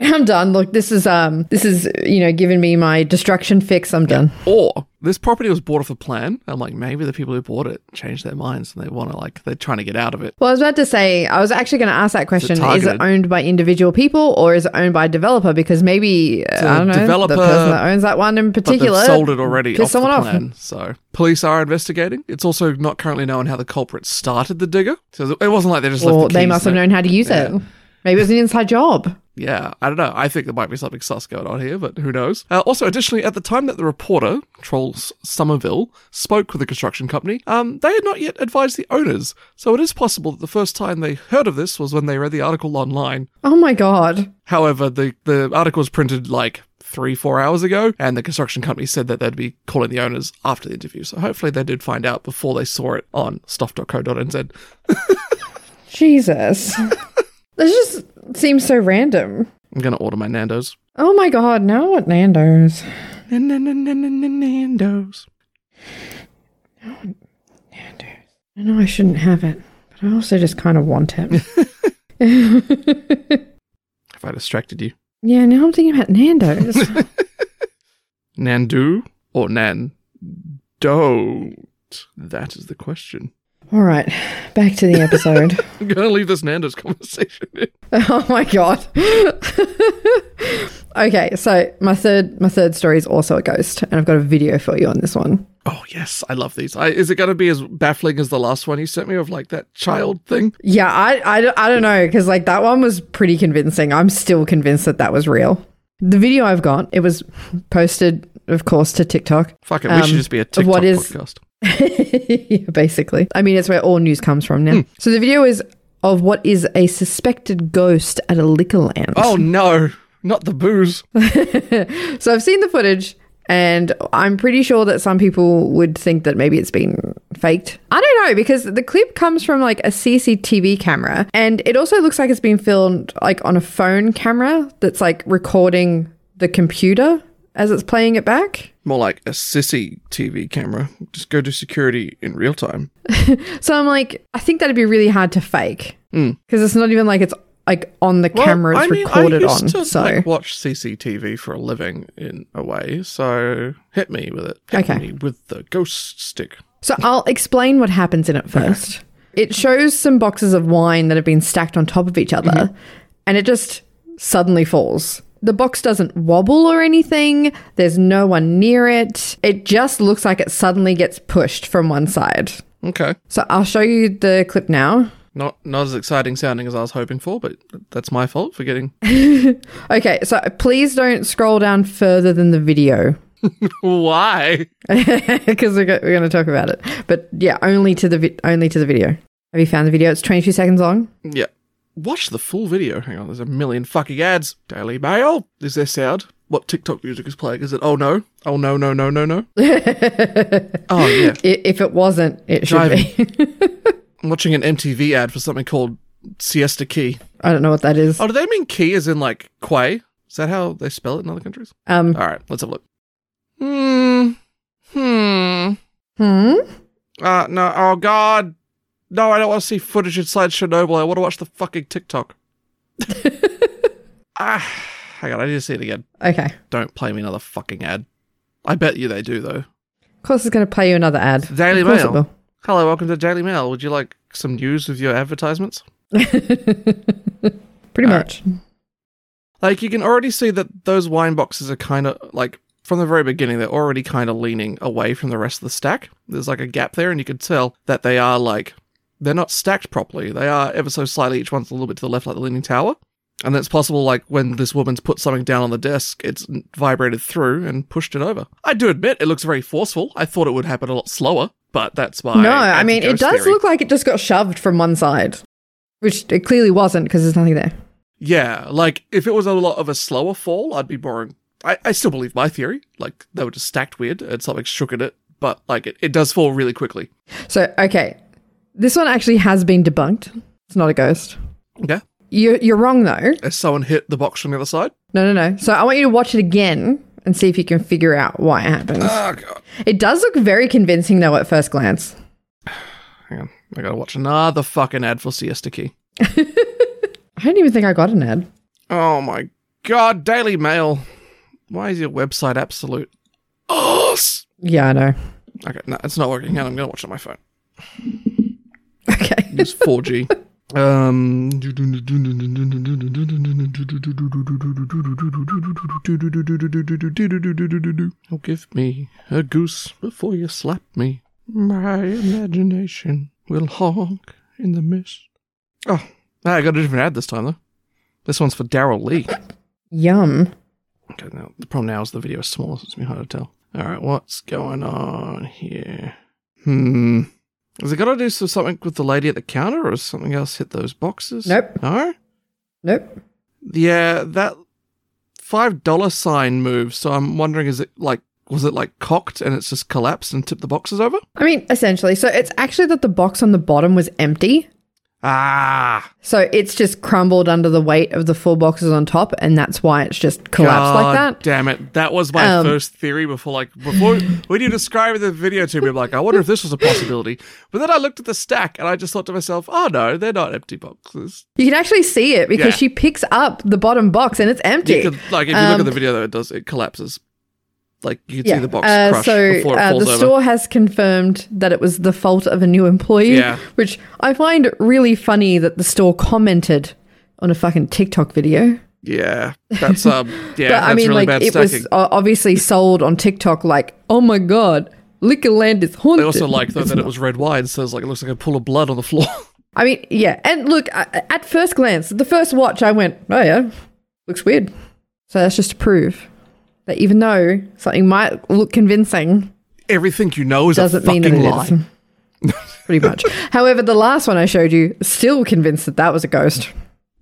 B: I'm done. Look, this is um, this is you know giving me my destruction fix. I'm done.
A: Or this property was bought off a plan. I'm like, maybe the people who bought it changed their minds, and they want to like they're trying to get out of it.
B: Well, I was about to say, I was actually going to ask that question: Is it
A: targeted?
B: owned by individual people or is it owned by a developer? Because maybe uh, I don't know
A: developer-
B: the person that owns that one in
A: But they've
B: particular
A: sold it already
B: piss
A: off the
B: someone off.
A: plan, so police are investigating. It's also not currently known how the culprit started the digger, so it wasn't like they just left
B: Or
A: the
B: they
A: keys
B: must
A: in
B: have
A: it.
B: known how to use it. Maybe it was an inside job.
A: Yeah, I don't know. I think there might be something sus going on here, but who knows? Uh, also, additionally, at the time that the reporter, Trolls Somerville, spoke with the construction company, um, they had not yet advised the owners. So it is possible that the first time they heard of this was when they read the article online.
B: Oh my god.
A: However, the, the article was printed like three, four hours ago, and the construction company said that they'd be calling the owners after the interview. So hopefully they did find out before they saw it on stuff.co.nz.
B: Jesus. this just seems so random.
A: I'm going to order my Nando's.
B: Oh my god, now I want Nando's.
A: Nando's.
B: I know I shouldn't have it, but I also just kind of want it.
A: Have I distracted you?
B: yeah, now I'm thinking about Nando's.
A: Nandu or Nan don't? That is the question.
B: All right, back to the episode.
A: I'm gonna leave this Nando's conversation. in.
B: Oh my god. okay, so my third my third story is also a ghost, and I've got a video for you on this one.
A: Oh yes, I love these. I, is it gonna be as baffling as the last one you sent me of like that child thing?
B: Yeah, I I, don't- I don't know because like that one was pretty convincing. I'm still convinced that that was real. The video I've got it was posted, of course, to TikTok.
A: Fuck it, we should just be a TikTok
B: Um, what is-
A: podcast.
B: Yeah, basically. I mean, it's where all news comes from now. So the video is of what is a suspected ghost at a liquor land.
A: Oh no, not the booze.
B: So I've seen the footage and I'm pretty sure that some people would think that maybe it's been faked. I don't know because the clip comes from like a CCTV camera and it also looks like it's been filmed like on a phone camera that's like recording the computer as it's playing it back.
A: More like a sissy TV camera. Just go to security in real time.
B: So I'm like, I think that'd be really hard to fake because it's not even like it's like on the camera
A: Hmm. Well,
B: it's
A: I mean,
B: recorded
A: I used
B: on.
A: To,
B: so
A: like, watch CCTV for a living in a way. So hit me with it. Hit
B: Okay.
A: me with the ghost stick.
B: So I'll explain what happens in it first. It shows some boxes of wine that have been stacked on top of each other,
A: Mm-hmm.
B: and it just suddenly falls. The box doesn't wobble or anything. There's no one near it. It just looks like it suddenly gets pushed from one side.
A: Okay.
B: So I'll show you the clip now.
A: Not not as exciting sounding as I was hoping for, but that's my fault for getting.
B: Okay, so please don't scroll down further than the video
A: Why?
B: because we're, go- we're going to talk about it. But yeah, only to the vi- only to the video. Have you found the video? It's 22 seconds long.
A: Yeah. Watch the full video. Hang on, there's a million fucking ads. Daily Mail. Is there sound? What TikTok music is playing? Is it? Oh no. Oh no no no no no. oh yeah.
B: I- if it wasn't, it should
A: Driving.
B: be.
A: I'm watching an MTV ad for something called Siesta Key.
B: I don't know what that is.
A: Oh, do they mean key as in like quay? Is that how they spell it in other countries?
B: Um,
A: All right, let's have a look. Hmm. Hmm.
B: hmm?
A: Uh, no. Oh, God. No, I don't want to see footage inside Chernobyl. I want to watch the fucking TikTok. ah, hang on. I need to see it again.
B: Okay. Of
A: Don't play me another fucking ad. I bet you they do, though.
B: course, it's going to play you another ad.
A: Daily
B: Of course it
A: Mail.
B: will.
A: Hello, welcome to Daily Mail. Would you like some news with your advertisements?
B: Pretty
A: All
B: much.
A: Like, you can already see that those wine boxes are kind of like from the very beginning, they're already kind of leaning away from the rest of the stack. There's like a gap there, and you can tell that they are like they're not stacked properly. They are ever so slightly, each one's a little bit to the left, like the leaning tower. And it's possible, like when this woman's put something down on the desk, it's n- vibrated through and pushed it over. I do admit it looks very forceful. I thought it would happen a lot slower, but that's my
B: no, I mean, it
A: anti-ghost
B: does
A: theory.
B: look like it just got shoved from one side, which it clearly wasn't because there's nothing there.
A: Yeah, like if it was a lot of a slower fall, I'd be more. I, I still believe my theory. Like they were just stacked weird and something shook at it, but like it, it does fall really quickly.
B: So, okay. This one actually has been debunked. It's not a ghost.
A: Okay.
B: You're, you're wrong, though.
A: As someone hit the box from the other side.
B: No, no, no. So, I want you to watch it again and see if you can figure out why it happens.
A: Oh, God.
B: it does look very convincing, though, at first glance.
A: Hang on. I gotta watch another fucking ad for Siesta Key.
B: I don't even think I got an ad.
A: Oh my God. Daily Mail. Why is your website absolute? Oh, s-
B: Yeah, I know.
A: okay. No, it's not working. Hang on, I'm gonna watch it on my phone.
B: Okay.
A: Use 4G. Um, oh, give me a goose before you slap me. My imagination will honk in the mist. Oh, ah, I got a different ad this time though. This one's for Daryl Lee.
B: Yum.
A: Okay, now the problem now is the video is smaller, so it's gonna be hard to tell. All right, what's going on here? Hmm. Has it got to do so- something with the lady at the counter, or has something else hit those boxes?
B: Nope.
A: No.
B: Nope.
A: Yeah, that five dollar sign moved. So I'm wondering, is it like was it like cocked and it's just collapsed and tipped the boxes over?
B: I mean, essentially. So it's actually that the box on the bottom was empty.
A: Ah,
B: So it's just crumbled under the weight of the four boxes on top, and that's why it's just collapsed
A: God
B: like that.
A: Damn it! That was my
B: Um,
A: first theory before, like before when you described the video to me, I'm like, I wonder if this was a possibility. But then I looked at the stack and I just thought to myself, oh no, they're not empty boxes.
B: You can actually see it because
A: Yeah.
B: she picks up the bottom box and it's empty.
A: You could, like if you look
B: Um,
A: at the video, though, it does it collapses. Like you can
B: yeah.
A: see the box
B: Uh,
A: crush
B: so
A: before it
B: uh,
A: falls
B: the
A: over.
B: store has confirmed that it was the fault of a new employee,
A: Yeah.
B: which I find really funny that the store commented on a fucking TikTok video.
A: yeah, that's um, yeah,
B: But
A: that's
B: I mean,
A: really
B: like,
A: bad
B: it
A: stacking.
B: was uh, obviously sold on TikTok, like, oh my god, Liquorland is haunted.
A: I also like though that it was red wine, so it's like it looks like a pool of blood on the floor.
B: I mean, yeah. And look, I, at first glance, the first watch, I went, oh yeah, looks weird. So that's just to prove that even though something might look convincing,
A: Everything you know is
B: doesn't
A: a fucking
B: mean that it is.
A: lie.
B: pretty much. However, the last one I showed you, still convinced that that was a ghost.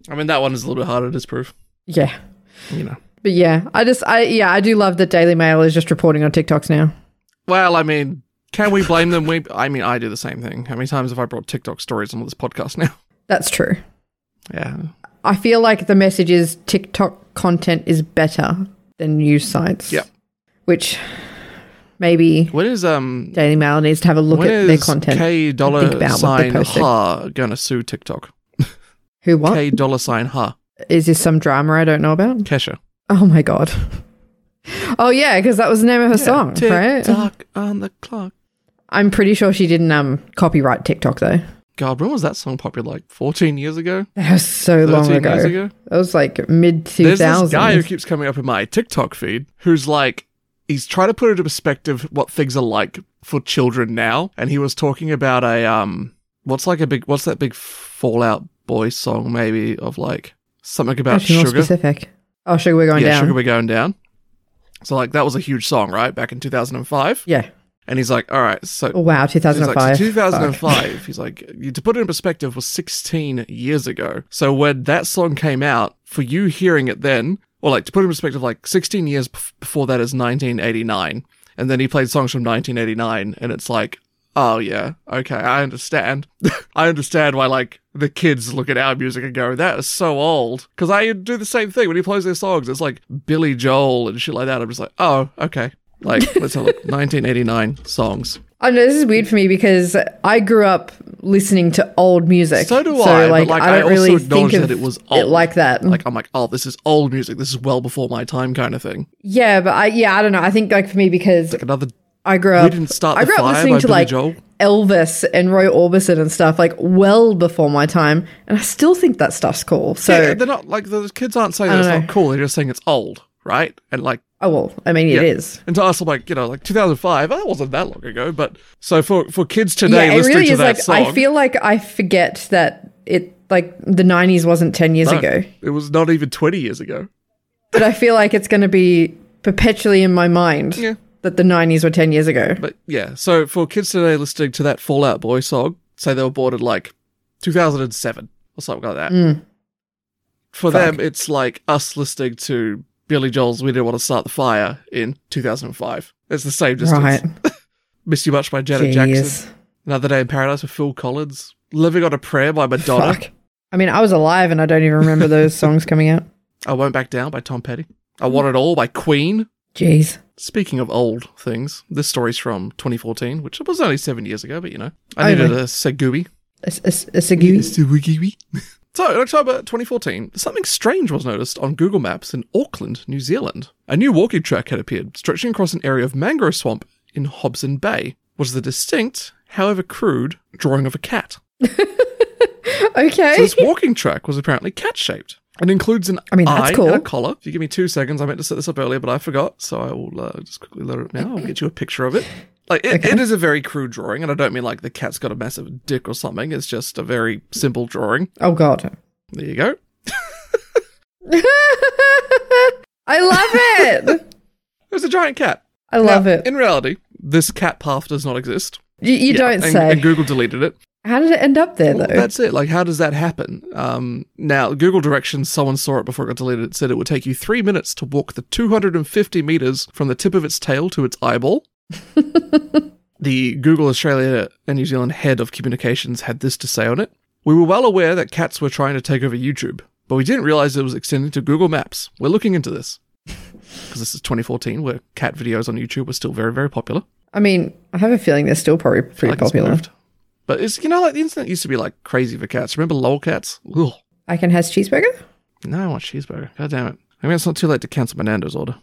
A: I mean, that one is a little bit harder to disprove,
B: Yeah.
A: you know.
B: But yeah, I just, I, yeah, I do love that Daily Mail is just reporting on TikToks now.
A: Well, I mean, can we blame them? We, I mean, I do the same thing. How many times have I brought TikTok stories on this podcast now?
B: That's true.
A: Yeah.
B: I feel like the message is TikTok content is better than news sites.
A: Yeah.
B: Which maybe
A: When is um
B: Daily Mail needs to have a look
A: when
B: at their
A: is
B: content.
A: K
B: think
A: dollar
B: about what they
A: sign
B: posted.
A: ha gonna sue TikTok?
B: Who what? Is
A: K dollar sign ha
B: this some drama I don't know about?
A: Kesha.
B: Oh my god. Oh yeah, because that was the name of her song, right?
A: TikTok on the clock.
B: I'm pretty sure she didn't um copyright TikTok though.
A: God, when was that song popular? Like 14 years ago?
B: That was so
A: 13
B: long ago.
A: years ago?
B: That was like mid two
A: There's this guy who
B: thousands.
A: keeps coming up in my TikTok feed who's like, he's trying to put into perspective what things are like for children now. And he was talking about a, um, what's like a big, what's that big Fallout Boy song maybe of like something about
B: Actually, more
A: sugar?
B: specific. Oh, sugar, we're going
A: Yeah,
B: down.
A: Sugar We're Going Down. So like that was a huge song, right? Back in 2005.
B: yeah.
A: And he's like, all right, so
B: Oh wow, two
A: He's
B: thousand and
A: like, so
B: five.
A: 2005. He's like, you- to put it in perspective, was 16 years ago. So when that song came out, for you hearing it then, or like to put it in perspective, like 16 years bef- before that is 1989, and then he played songs from 1989, and it's like, oh yeah, okay, I understand. I understand why like the kids look at our music and go, that is so old. Because I do the same thing when he plays their songs. It's like Billy Joel and shit like that. I'm just like, oh okay. Like let's have a look. 1989 songs.
B: I know this is weird for me because I grew up listening to old music.
A: So do I, but, like, I also acknowledge that it was old.
B: like that.
A: like I'm like, oh, this is old music. This is well before my time, kind of thing.
B: yeah, but I yeah, I don't know. I think like for me because
A: Another,
B: I grew up
A: we didn't start
B: I
A: the
B: grew up
A: fire
B: listening
A: by
B: to
A: Billy
B: like
A: Joel.
B: Elvis and Roy Orbison and stuff like well before my time, and I still think that stuff's cool. So
A: Yeah, they're not like those kids aren't saying that it's
B: don't
A: not cool. They're just saying it's old, right? And like,
B: oh well, I mean it
A: Yeah.
B: is.
A: and to us, I'm like, you know, like 2005. That wasn't that long ago. But so for for kids today,
B: yeah, it
A: listening
B: really
A: to
B: is
A: that
B: like
A: song,
B: I feel like I forget that it like the '90s wasn't ten years
A: no,
B: ago.
A: it was not even 20 years ago.
B: but I feel like it's going to be perpetually in my mind
A: Yeah.
B: that the 90s were 10 years ago.
A: But yeah, so for kids today listening to that Fallout Boy song, say they were born in like 2007 or something like that. For them, it's like us listening to Billy Joel's "We Didn't Want to Start the Fire" in 2005. It's the same distance.
B: right.
A: "Miss You Much" by Janet Jackson.
B: Jeez.
A: Another Day in Paradise with Phil Collins. "Living on a Prayer" by Madonna.
B: Fuck. I mean, I was alive and I don't even remember those songs coming out.
A: "I Won't Back Down" by Tom Petty. "I Want It All" by Queen.
B: Jeez.
A: Speaking of old things, this story's from 2014, which was only seven years ago, but you know,
B: Oh,
A: I needed
B: really?
A: a segui.
B: It's, it's, it's a goose.
A: So, in October 2014, something strange was noticed on Google Maps in Auckland, New Zealand. A new walking track had appeared, stretching across an area of mangrove swamp in Hobson Bay. Was the distinct, however crude, drawing of a cat. So
B: Okay.
A: this walking track was apparently cat-shaped and includes an
B: I mean, that's
A: eye
B: cool.
A: and a collar. If you give me two seconds, I meant to set this up earlier, but I forgot, so I will uh, just quickly load it up now. I'll get you a picture of it. Like it, it is a very crude drawing, and I don't mean like the cat's got a massive dick or something. It's just a very simple drawing.
B: Oh, God.
A: There you go.
B: I love it.
A: It was a giant cat.
B: I love
A: Now,
B: it.
A: In reality, this cat path does not exist.
B: You, you
A: Yeah,
B: don't
A: and,
B: say.
A: And Google deleted it.
B: How did it end up there,
A: Well,
B: though?
A: that's it. Like, how does that happen? Um, now, Google Directions, someone saw it before it got deleted. It said it would take you three minutes to walk the 250 meters from the tip of its tail to its eyeball. the Google Australia and New Zealand head of communications had this to say on it. We were well aware that cats were trying to take over YouTube, but we didn't realize it was extending to Google Maps. We're looking into this. Because this is 2014, where cat videos on YouTube were still very, very popular
B: I mean, I have a feeling they're still probably pretty
A: like it's
B: popular.
A: moved. But it's you know like the internet used to be like crazy for cats. Remember lolcats? Ugh.
B: Icon has cheeseburger?
A: No, I want cheeseburger. God damn it. I mean it's not too late to cancel my Nando's order.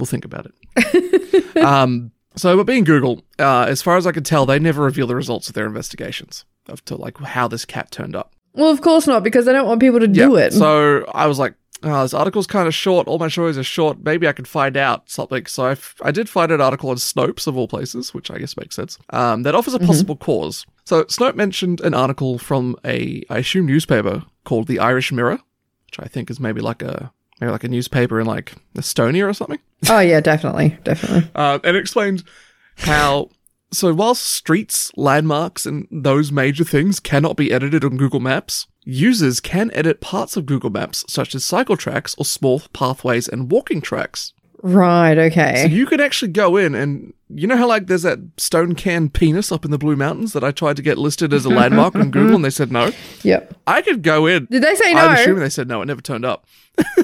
A: We'll think about it. um so but being Google, uh, as far as I could tell, they never reveal the results of their investigations of to like how this cat turned up.
B: Well, of course not, because they don't want people to do it.
A: So I was like, oh, this article's kind of short. All my stories are short. Maybe I could find out something. So I, f- I did find an article on Snopes, of all places, which I guess makes sense, um, that offers a possible cause. So Snope mentioned an article from a, I assume, newspaper called The Irish Mirror, which I think is maybe like a. Maybe like a newspaper in like Estonia or something.
B: oh, yeah, definitely. Definitely.
A: Uh, and it explained how So, whilst streets, landmarks, and those major things cannot be edited on Google Maps, users can edit parts of Google Maps, such as cycle tracks or small pathways and walking tracks.
B: Right,
A: So
B: okay.
A: you could actually go in and you know how like there's that stone can penis up in the Blue Mountains that I tried to get listed as a landmark on Google and they said no.
B: yep.
A: I could go in.
B: Did they say no?
A: I'm assuming they said no. It never turned up.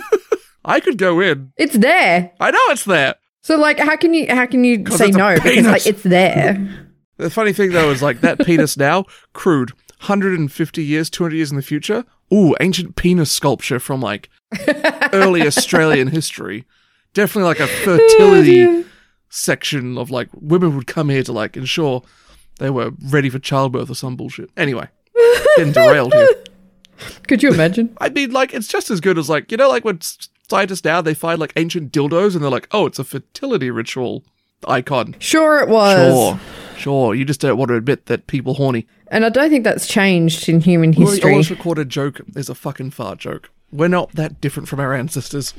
A: I could go in.
B: It's there.
A: I know it's there.
B: So like how can you how can you say
A: it's a
B: no? Because
A: penis.
B: like it's there.
A: The funny thing though is like that penis now crude. 150 years, 200 years in the future. Ooh, ancient penis sculpture from like early Australian history. Definitely like a fertility
B: dear.
A: section of like women would come here to like ensure they were ready for childbirth or some bullshit. Anyway, getting derailed here.
B: Could you imagine?
A: I mean, like it's just as good as like you know, like when s- scientists now they find like ancient dildos and they're like, oh, it's a fertility ritual icon.
B: Sure it was.
A: Sure, sure. You just don't want to admit that people horny.
B: And I don't think that's changed in human
A: Well, the
B: history.
A: always recorded joke is a fucking fart joke. We're not that different from our ancestors,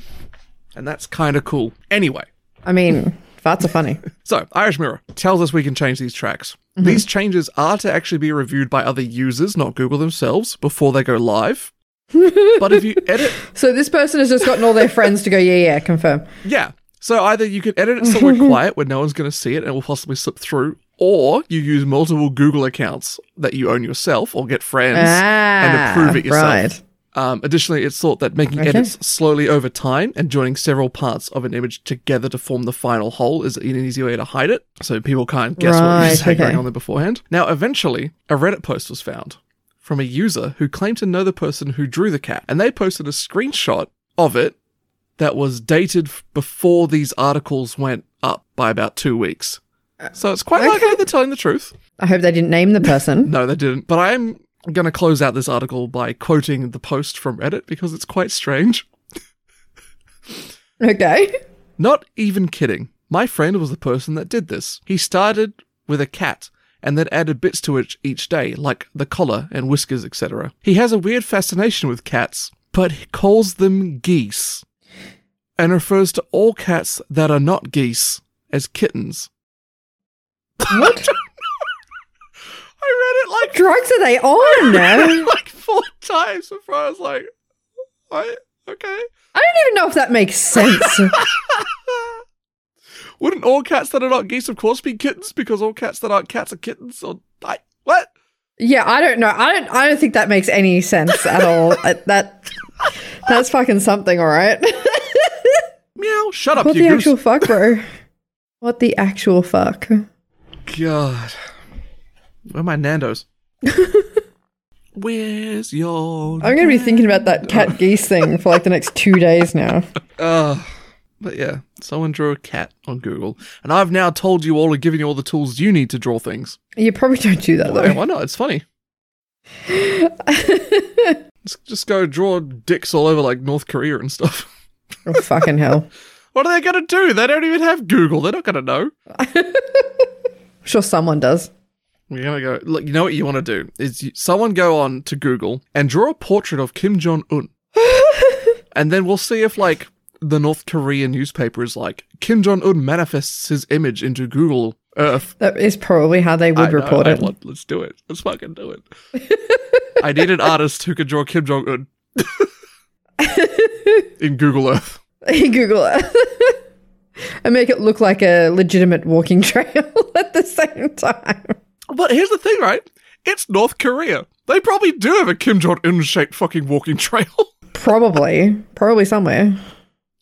A: and that's kind of cool. Anyway,
B: I mean, farts are funny.
A: So, Irish Mirror tells us we can change these tracks.
B: Mm-hmm.
A: These changes are to actually be reviewed by other users, not Google themselves, before they go live. but if you edit,
B: So this person has just gotten all their friends to go, yeah, yeah, confirm.
A: yeah. So either you can edit it somewhere quiet where no one's going to see it and it will possibly slip through, or you use multiple Google accounts that you own yourself or get friends
B: Ah,
A: and approve it yourself.
B: right.
A: Um, additionally, it's thought that making edits slowly over time and joining several parts of an image together to form the final whole is an easy way to hide it, so people can't guess what
B: Right,
A: was okay. going
B: okay.
A: on there beforehand. Now, eventually, a Reddit post was found from a user who claimed to know the person who drew the cat, and they posted a screenshot of it that was dated f- before these articles went up by about two weeks. So it's quite likely they're telling the truth.
B: I hope they didn't name the person.
A: No, they didn't. But I'm going to close out this article by quoting the post from Reddit because it's quite strange.
B: Okay.
A: Not even kidding. My friend was the person that did this. He started with a cat and then added bits to it each day, like the collar and whiskers, etc. He has a weird fascination with cats, but he calls them geese and refers to all cats that are not geese as kittens.
B: What
A: I read it like
B: drugs are they on? I
A: like four times before I was like, I okay.
B: don't even know if that makes sense.
A: Wouldn't all cats that are not geese, of course, be kittens? Because all cats that aren't cats are kittens. Or I, what?
B: Yeah, I don't know. I don't. I don't think that makes any sense at all. Uh, that that's fucking something, all right.
A: Meow! Shut up,
B: what
A: you
B: the
A: goose.
B: actual fuck, bro? What the actual fuck?
A: God, where are my Nando's? Where's your?
B: I'm gonna be thinking about that cat geese thing for like the next two days now.
A: Uh, but yeah, someone drew a cat on Google, and I've now told you all and given you all the tools you need to draw things.
B: You probably don't do that
A: Why,
B: though.
A: why not? It's funny. just, just go draw dicks all over like North Korea and stuff.
B: Oh, fucking hell.
A: What are they going to do? They don't even have Google. They're not going to know.
B: I'm sure someone does.
A: You're going to go, look, you know what you want to do is you, someone go on to Google and draw a portrait of Kim Jong Un. and then we'll see if, like, the North Korean newspaper is like, Kim Jong Un manifests his image into Google Earth.
B: That is probably how they would
A: I know,
B: report
A: I
B: it.
A: want- let's do it. Let's fucking do it. I need an artist who can draw Kim Jong Un in Google Earth.
B: Google it and make it look like a legitimate walking trail at the same time.
A: But here's the thing, right? It's North Korea. They probably do have a Kim Jong Un shaped fucking walking trail.
B: Probably, probably somewhere.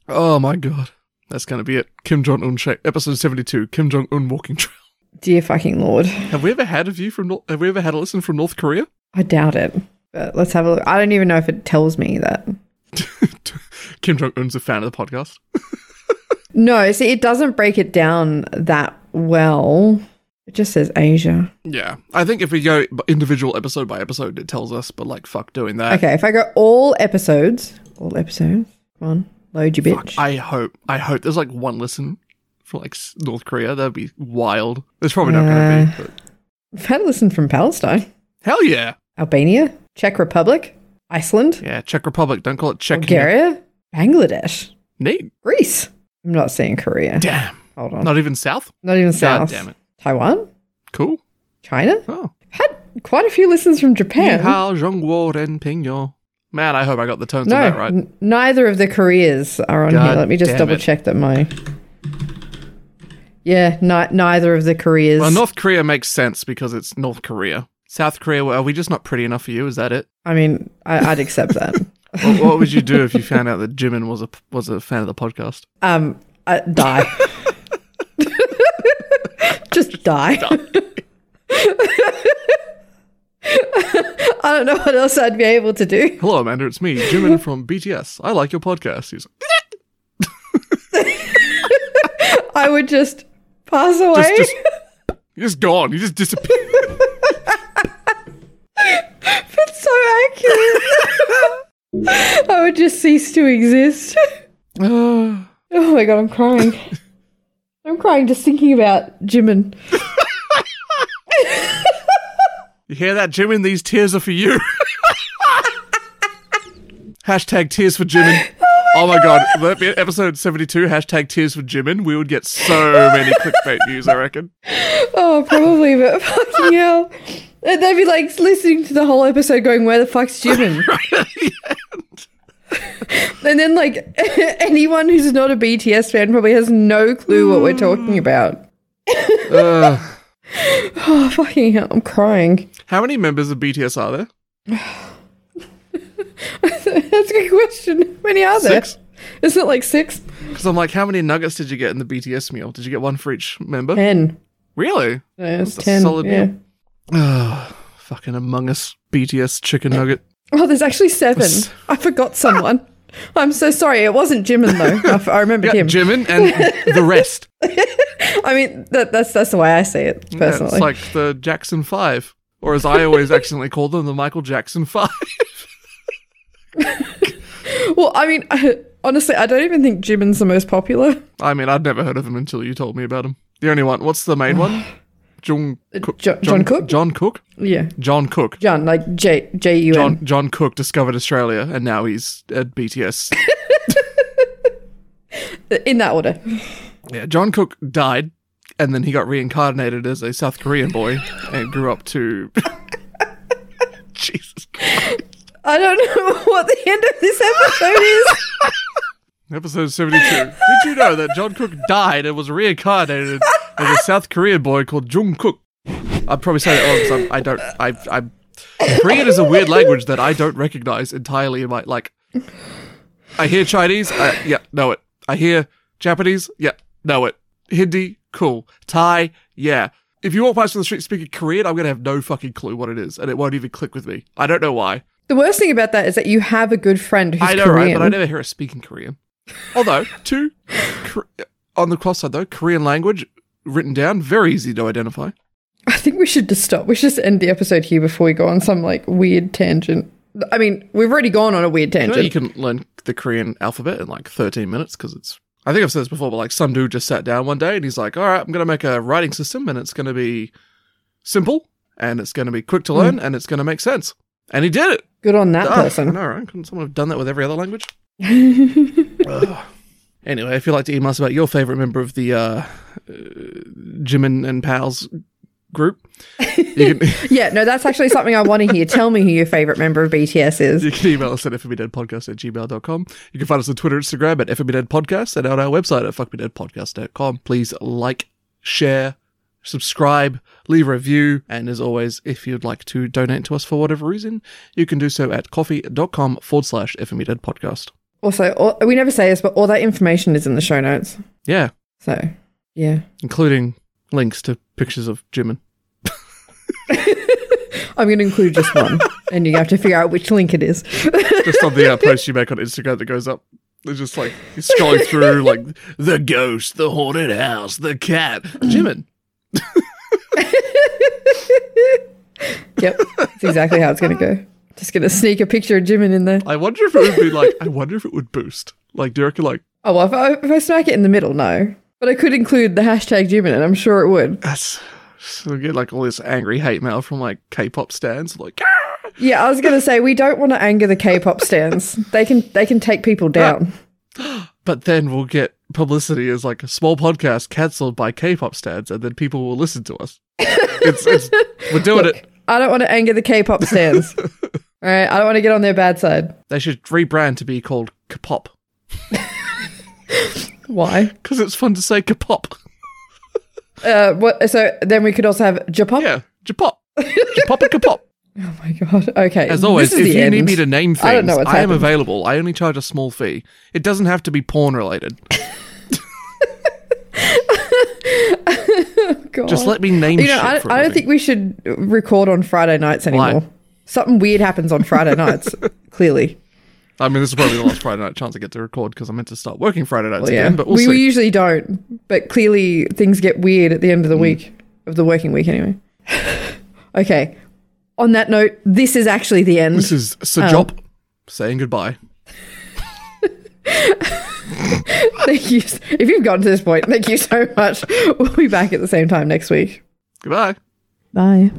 A: oh my god. That's going to be it. Kim Jong Un shaped. Episode 72 Kim Jong Un walking trail.
B: Dear fucking lord.
A: Have we ever had a view from Nor- Have we ever had a listen from North Korea?
B: I doubt it. But let's have a look. I don't even know if it tells me that.
A: Kim Jong Un's a fan of the podcast.
B: No, see, it doesn't break it down that well. It just says Asia.
A: Yeah. I think if we go b- individual episode by episode, it tells us, but like, fuck doing that.
B: Okay, if I go all episodes, all episodes, come on, load you bitch.
A: I hope. I hope there's like one listen from like s- North Korea. That'd be wild. There's probably not going to be. But
B: I've had a listen from Palestine,
A: hell yeah.
B: Albania, Czech Republic, Iceland,
A: Yeah. Czech Republic. Don't call it Czech.
B: Bulgaria, Bangladesh,
A: Neat.
B: Greece. I'm not seeing Korea.
A: Damn.
B: Hold on.
A: Not even South?
B: Not even
A: God
B: South.
A: damn it.
B: Taiwan?
A: Cool.
B: China?
A: Oh.
B: Had quite a few listens from Japan.
A: Yihao, Zhongguo, Renpingyo. Man, I hope I got the tones
B: no,
A: of that right.
B: n- neither of the careers are on
A: God
B: here. Let me just
A: damn
B: double
A: it.
B: check that my. Yeah, ni- neither of the careers.
A: Well, North Korea makes sense because it's North Korea. South Korea, well, are we just not pretty enough for you? Is that it?
B: I mean, I- I'd accept that.
A: What, what would you do if you found out that Jimin was a was a fan of the podcast?
B: Um, uh, die. Just die. I don't know what else I'd be able to do.
A: Hello, Amanda, it's me, Jimin from BTS. I like your podcast. He's like,
B: I would just pass away.
A: just, just, he's just gone. He just disappeared.
B: That's so accurate. I would just cease to exist.
A: Uh,
B: Oh my god, I'm crying. I'm crying just thinking about Jimin.
A: you hear that, Jimin? These tears are for you. hashtag tears for Jimin. Oh my, god. That'd be episode 72, hashtag tears for Jimin. We would get so many clickbait views, I reckon.
B: Oh, probably, but fucking hell. And they'd be like listening to the whole episode going, Where the fuck's Jimin? and then, like, anyone who's not a BTS fan probably has no clue what we're
A: Hmm.
B: talking about.
A: Uh,
B: Oh, fucking hell. I'm crying.
A: how many members of BTS are there?
B: That's a good question. How many are there?
A: Six?
B: Isn't it like six?
A: Because I'm like, how many nuggets did you get in the BTS meal? Did you get one for each member?
B: Ten.
A: Really?
B: No, it's
A: That's a
B: ten.
A: solid
B: yeah.
A: meal. Ugh, fucking Among Us BTS chicken nugget.
B: Oh, there's actually seven.
A: S-
B: I forgot someone. I'm so sorry. It wasn't Jimin though. I, f- I remembered
A: Yeah,
B: him.
A: Jimin and the rest.
B: I mean, that, that's that's the way I see it
A: Yeah,
B: personally.
A: it's like the Jackson Five, or as I always accidentally call them, the Michael Jackson Five.
B: Well, I mean, I, honestly, I don't even think Jimin's the most popular.
A: I mean, I'd never heard of him until you told me about him. The only one. What's the main one? Jung Cook.
B: Uh, Jo- John Cook?
A: John Cook.
B: Yeah,
A: John Cook.
B: John, like J J U N.
A: John, John Cook discovered Australia, and now he's at BTS.
B: In that order.
A: Yeah, John Cook died, and then he got reincarnated as a South Korean boy and grew up to. Jesus. Christ.
B: I don't know what the end of this episode is.
A: Episode 72. Did you know that John Cook died and was reincarnated as a South Korean boy called Jung Cook? I'd probably say that wrong because I don't. I, I'm. Korean is a weird language that I don't recognize entirely in my. Like, I hear Chinese, I, yeah, know it. I hear Japanese, yeah, know it. Hindi, cool. Thai, yeah. If you walk past on the street speaking Korean, I'm going to have no fucking clue what it is, and it won't even click with me. I don't know why.
B: The worst thing about that is that you have a good friend who's
A: I know, right?
B: Korean.
A: But I never hear her speaking Korean. Although, two, Kor- on the cross side though, Korean language written down, very easy to identify.
B: I think we should just stop. We should just end the episode here before we go on some like weird tangent. I mean, we've already gone on a weird
A: You,
B: tangent.
A: know, you can learn the Korean alphabet in like 13 minutes because it's. I think I've said this before, but like some dude just sat down one day and he's like, all right, I'm going to make a writing system and it's going to be simple and it's going to be quick
B: Hmm.
A: to learn and it's going to make sense. And he did it.
B: Good on that
A: Ah,
B: person.
A: No, right? Couldn't someone have done that with every other language? Ugh. Anyway, if you'd like to email us about your favorite member of the uh, uh, Jimin and Pals group, you can,
B: Yeah, no, that's actually something I want to hear. Tell me who your favorite member of BTS is.
A: you can email us at fmbdeadpodcast at gmail.com. You can find us on Twitter, Instagram at fmbdeadpodcast, and on our website at fuckmedeadpodcast.com. Please like, share, subscribe, leave a review, and as always, if you'd like to donate to us for whatever reason, you can do so at coffee.com forward slash fmbdeadpodcast.
B: Also, all, we never say this, but all that information is in the show notes.
A: Yeah.
B: So, yeah.
A: including links to pictures of Jimin.
B: I'm going to include just one, and you have to figure out which link it is.
A: Just on the uh, post you make on Instagram that goes up. It's just like you're scrolling through, like the ghost, the haunted house, the cat, Jimin.
B: yep, that's exactly how it's going to go. Just going to sneak a picture of Jimin in there.
A: I wonder if it would be like. I wonder if it would boost. Like, do you reckon like
B: Oh, well, if I, if I smack it in the middle, no. But I could include the hashtag Jimin, and I'm sure it would.
A: that's so we get like all this angry hate mail from like K-pop stands, like "Ah!"
B: Yeah, I was going to say we don't want to anger the K-pop stands. They can they can take people down.
A: but then we'll get publicity is like a small podcast cancelled by K-pop stands, and then people will listen to us. it's, it's we're doing
B: Look,
A: it.
B: I don't want to anger the K-pop stands. All right, I don't want to get on their bad side.
A: They should rebrand to be called K-pop
B: Why?
A: because it's fun to say K-pop.
B: Uh, what? So then we could also have J-pop.
A: Yeah, J-pop, J-pop and K-pop.
B: Oh my god. Okay.
A: As always,
B: this
A: if
B: is the
A: you need
B: end.
A: me to name things,
B: I
A: I,
B: don't know what's
A: am
B: happened.
A: available. I only charge a small fee. It doesn't have to be porn related.
B: Oh. God.
A: Just let me name
B: you know,
A: shit
B: I,
A: for a
B: I don't
A: living.
B: think we should record on Friday nights anymore. Something weird happens on Friday nights. Clearly,
A: I mean, this is probably the last Friday night chance I get to record because I'm meant to start working Friday nights
B: yeah.
A: again. But we'll
B: we,
A: see.
B: we usually don't, but clearly things get weird at the end of the
A: Hmm.
B: week of the working week, anyway. okay. On that note, this is actually the end.
A: this is Sir
B: Oh.
A: Job saying goodbye.
B: Thank you. If you've gotten to this point, thank you so much. We'll be back at the same time next week.
A: Goodbye.
B: Bye.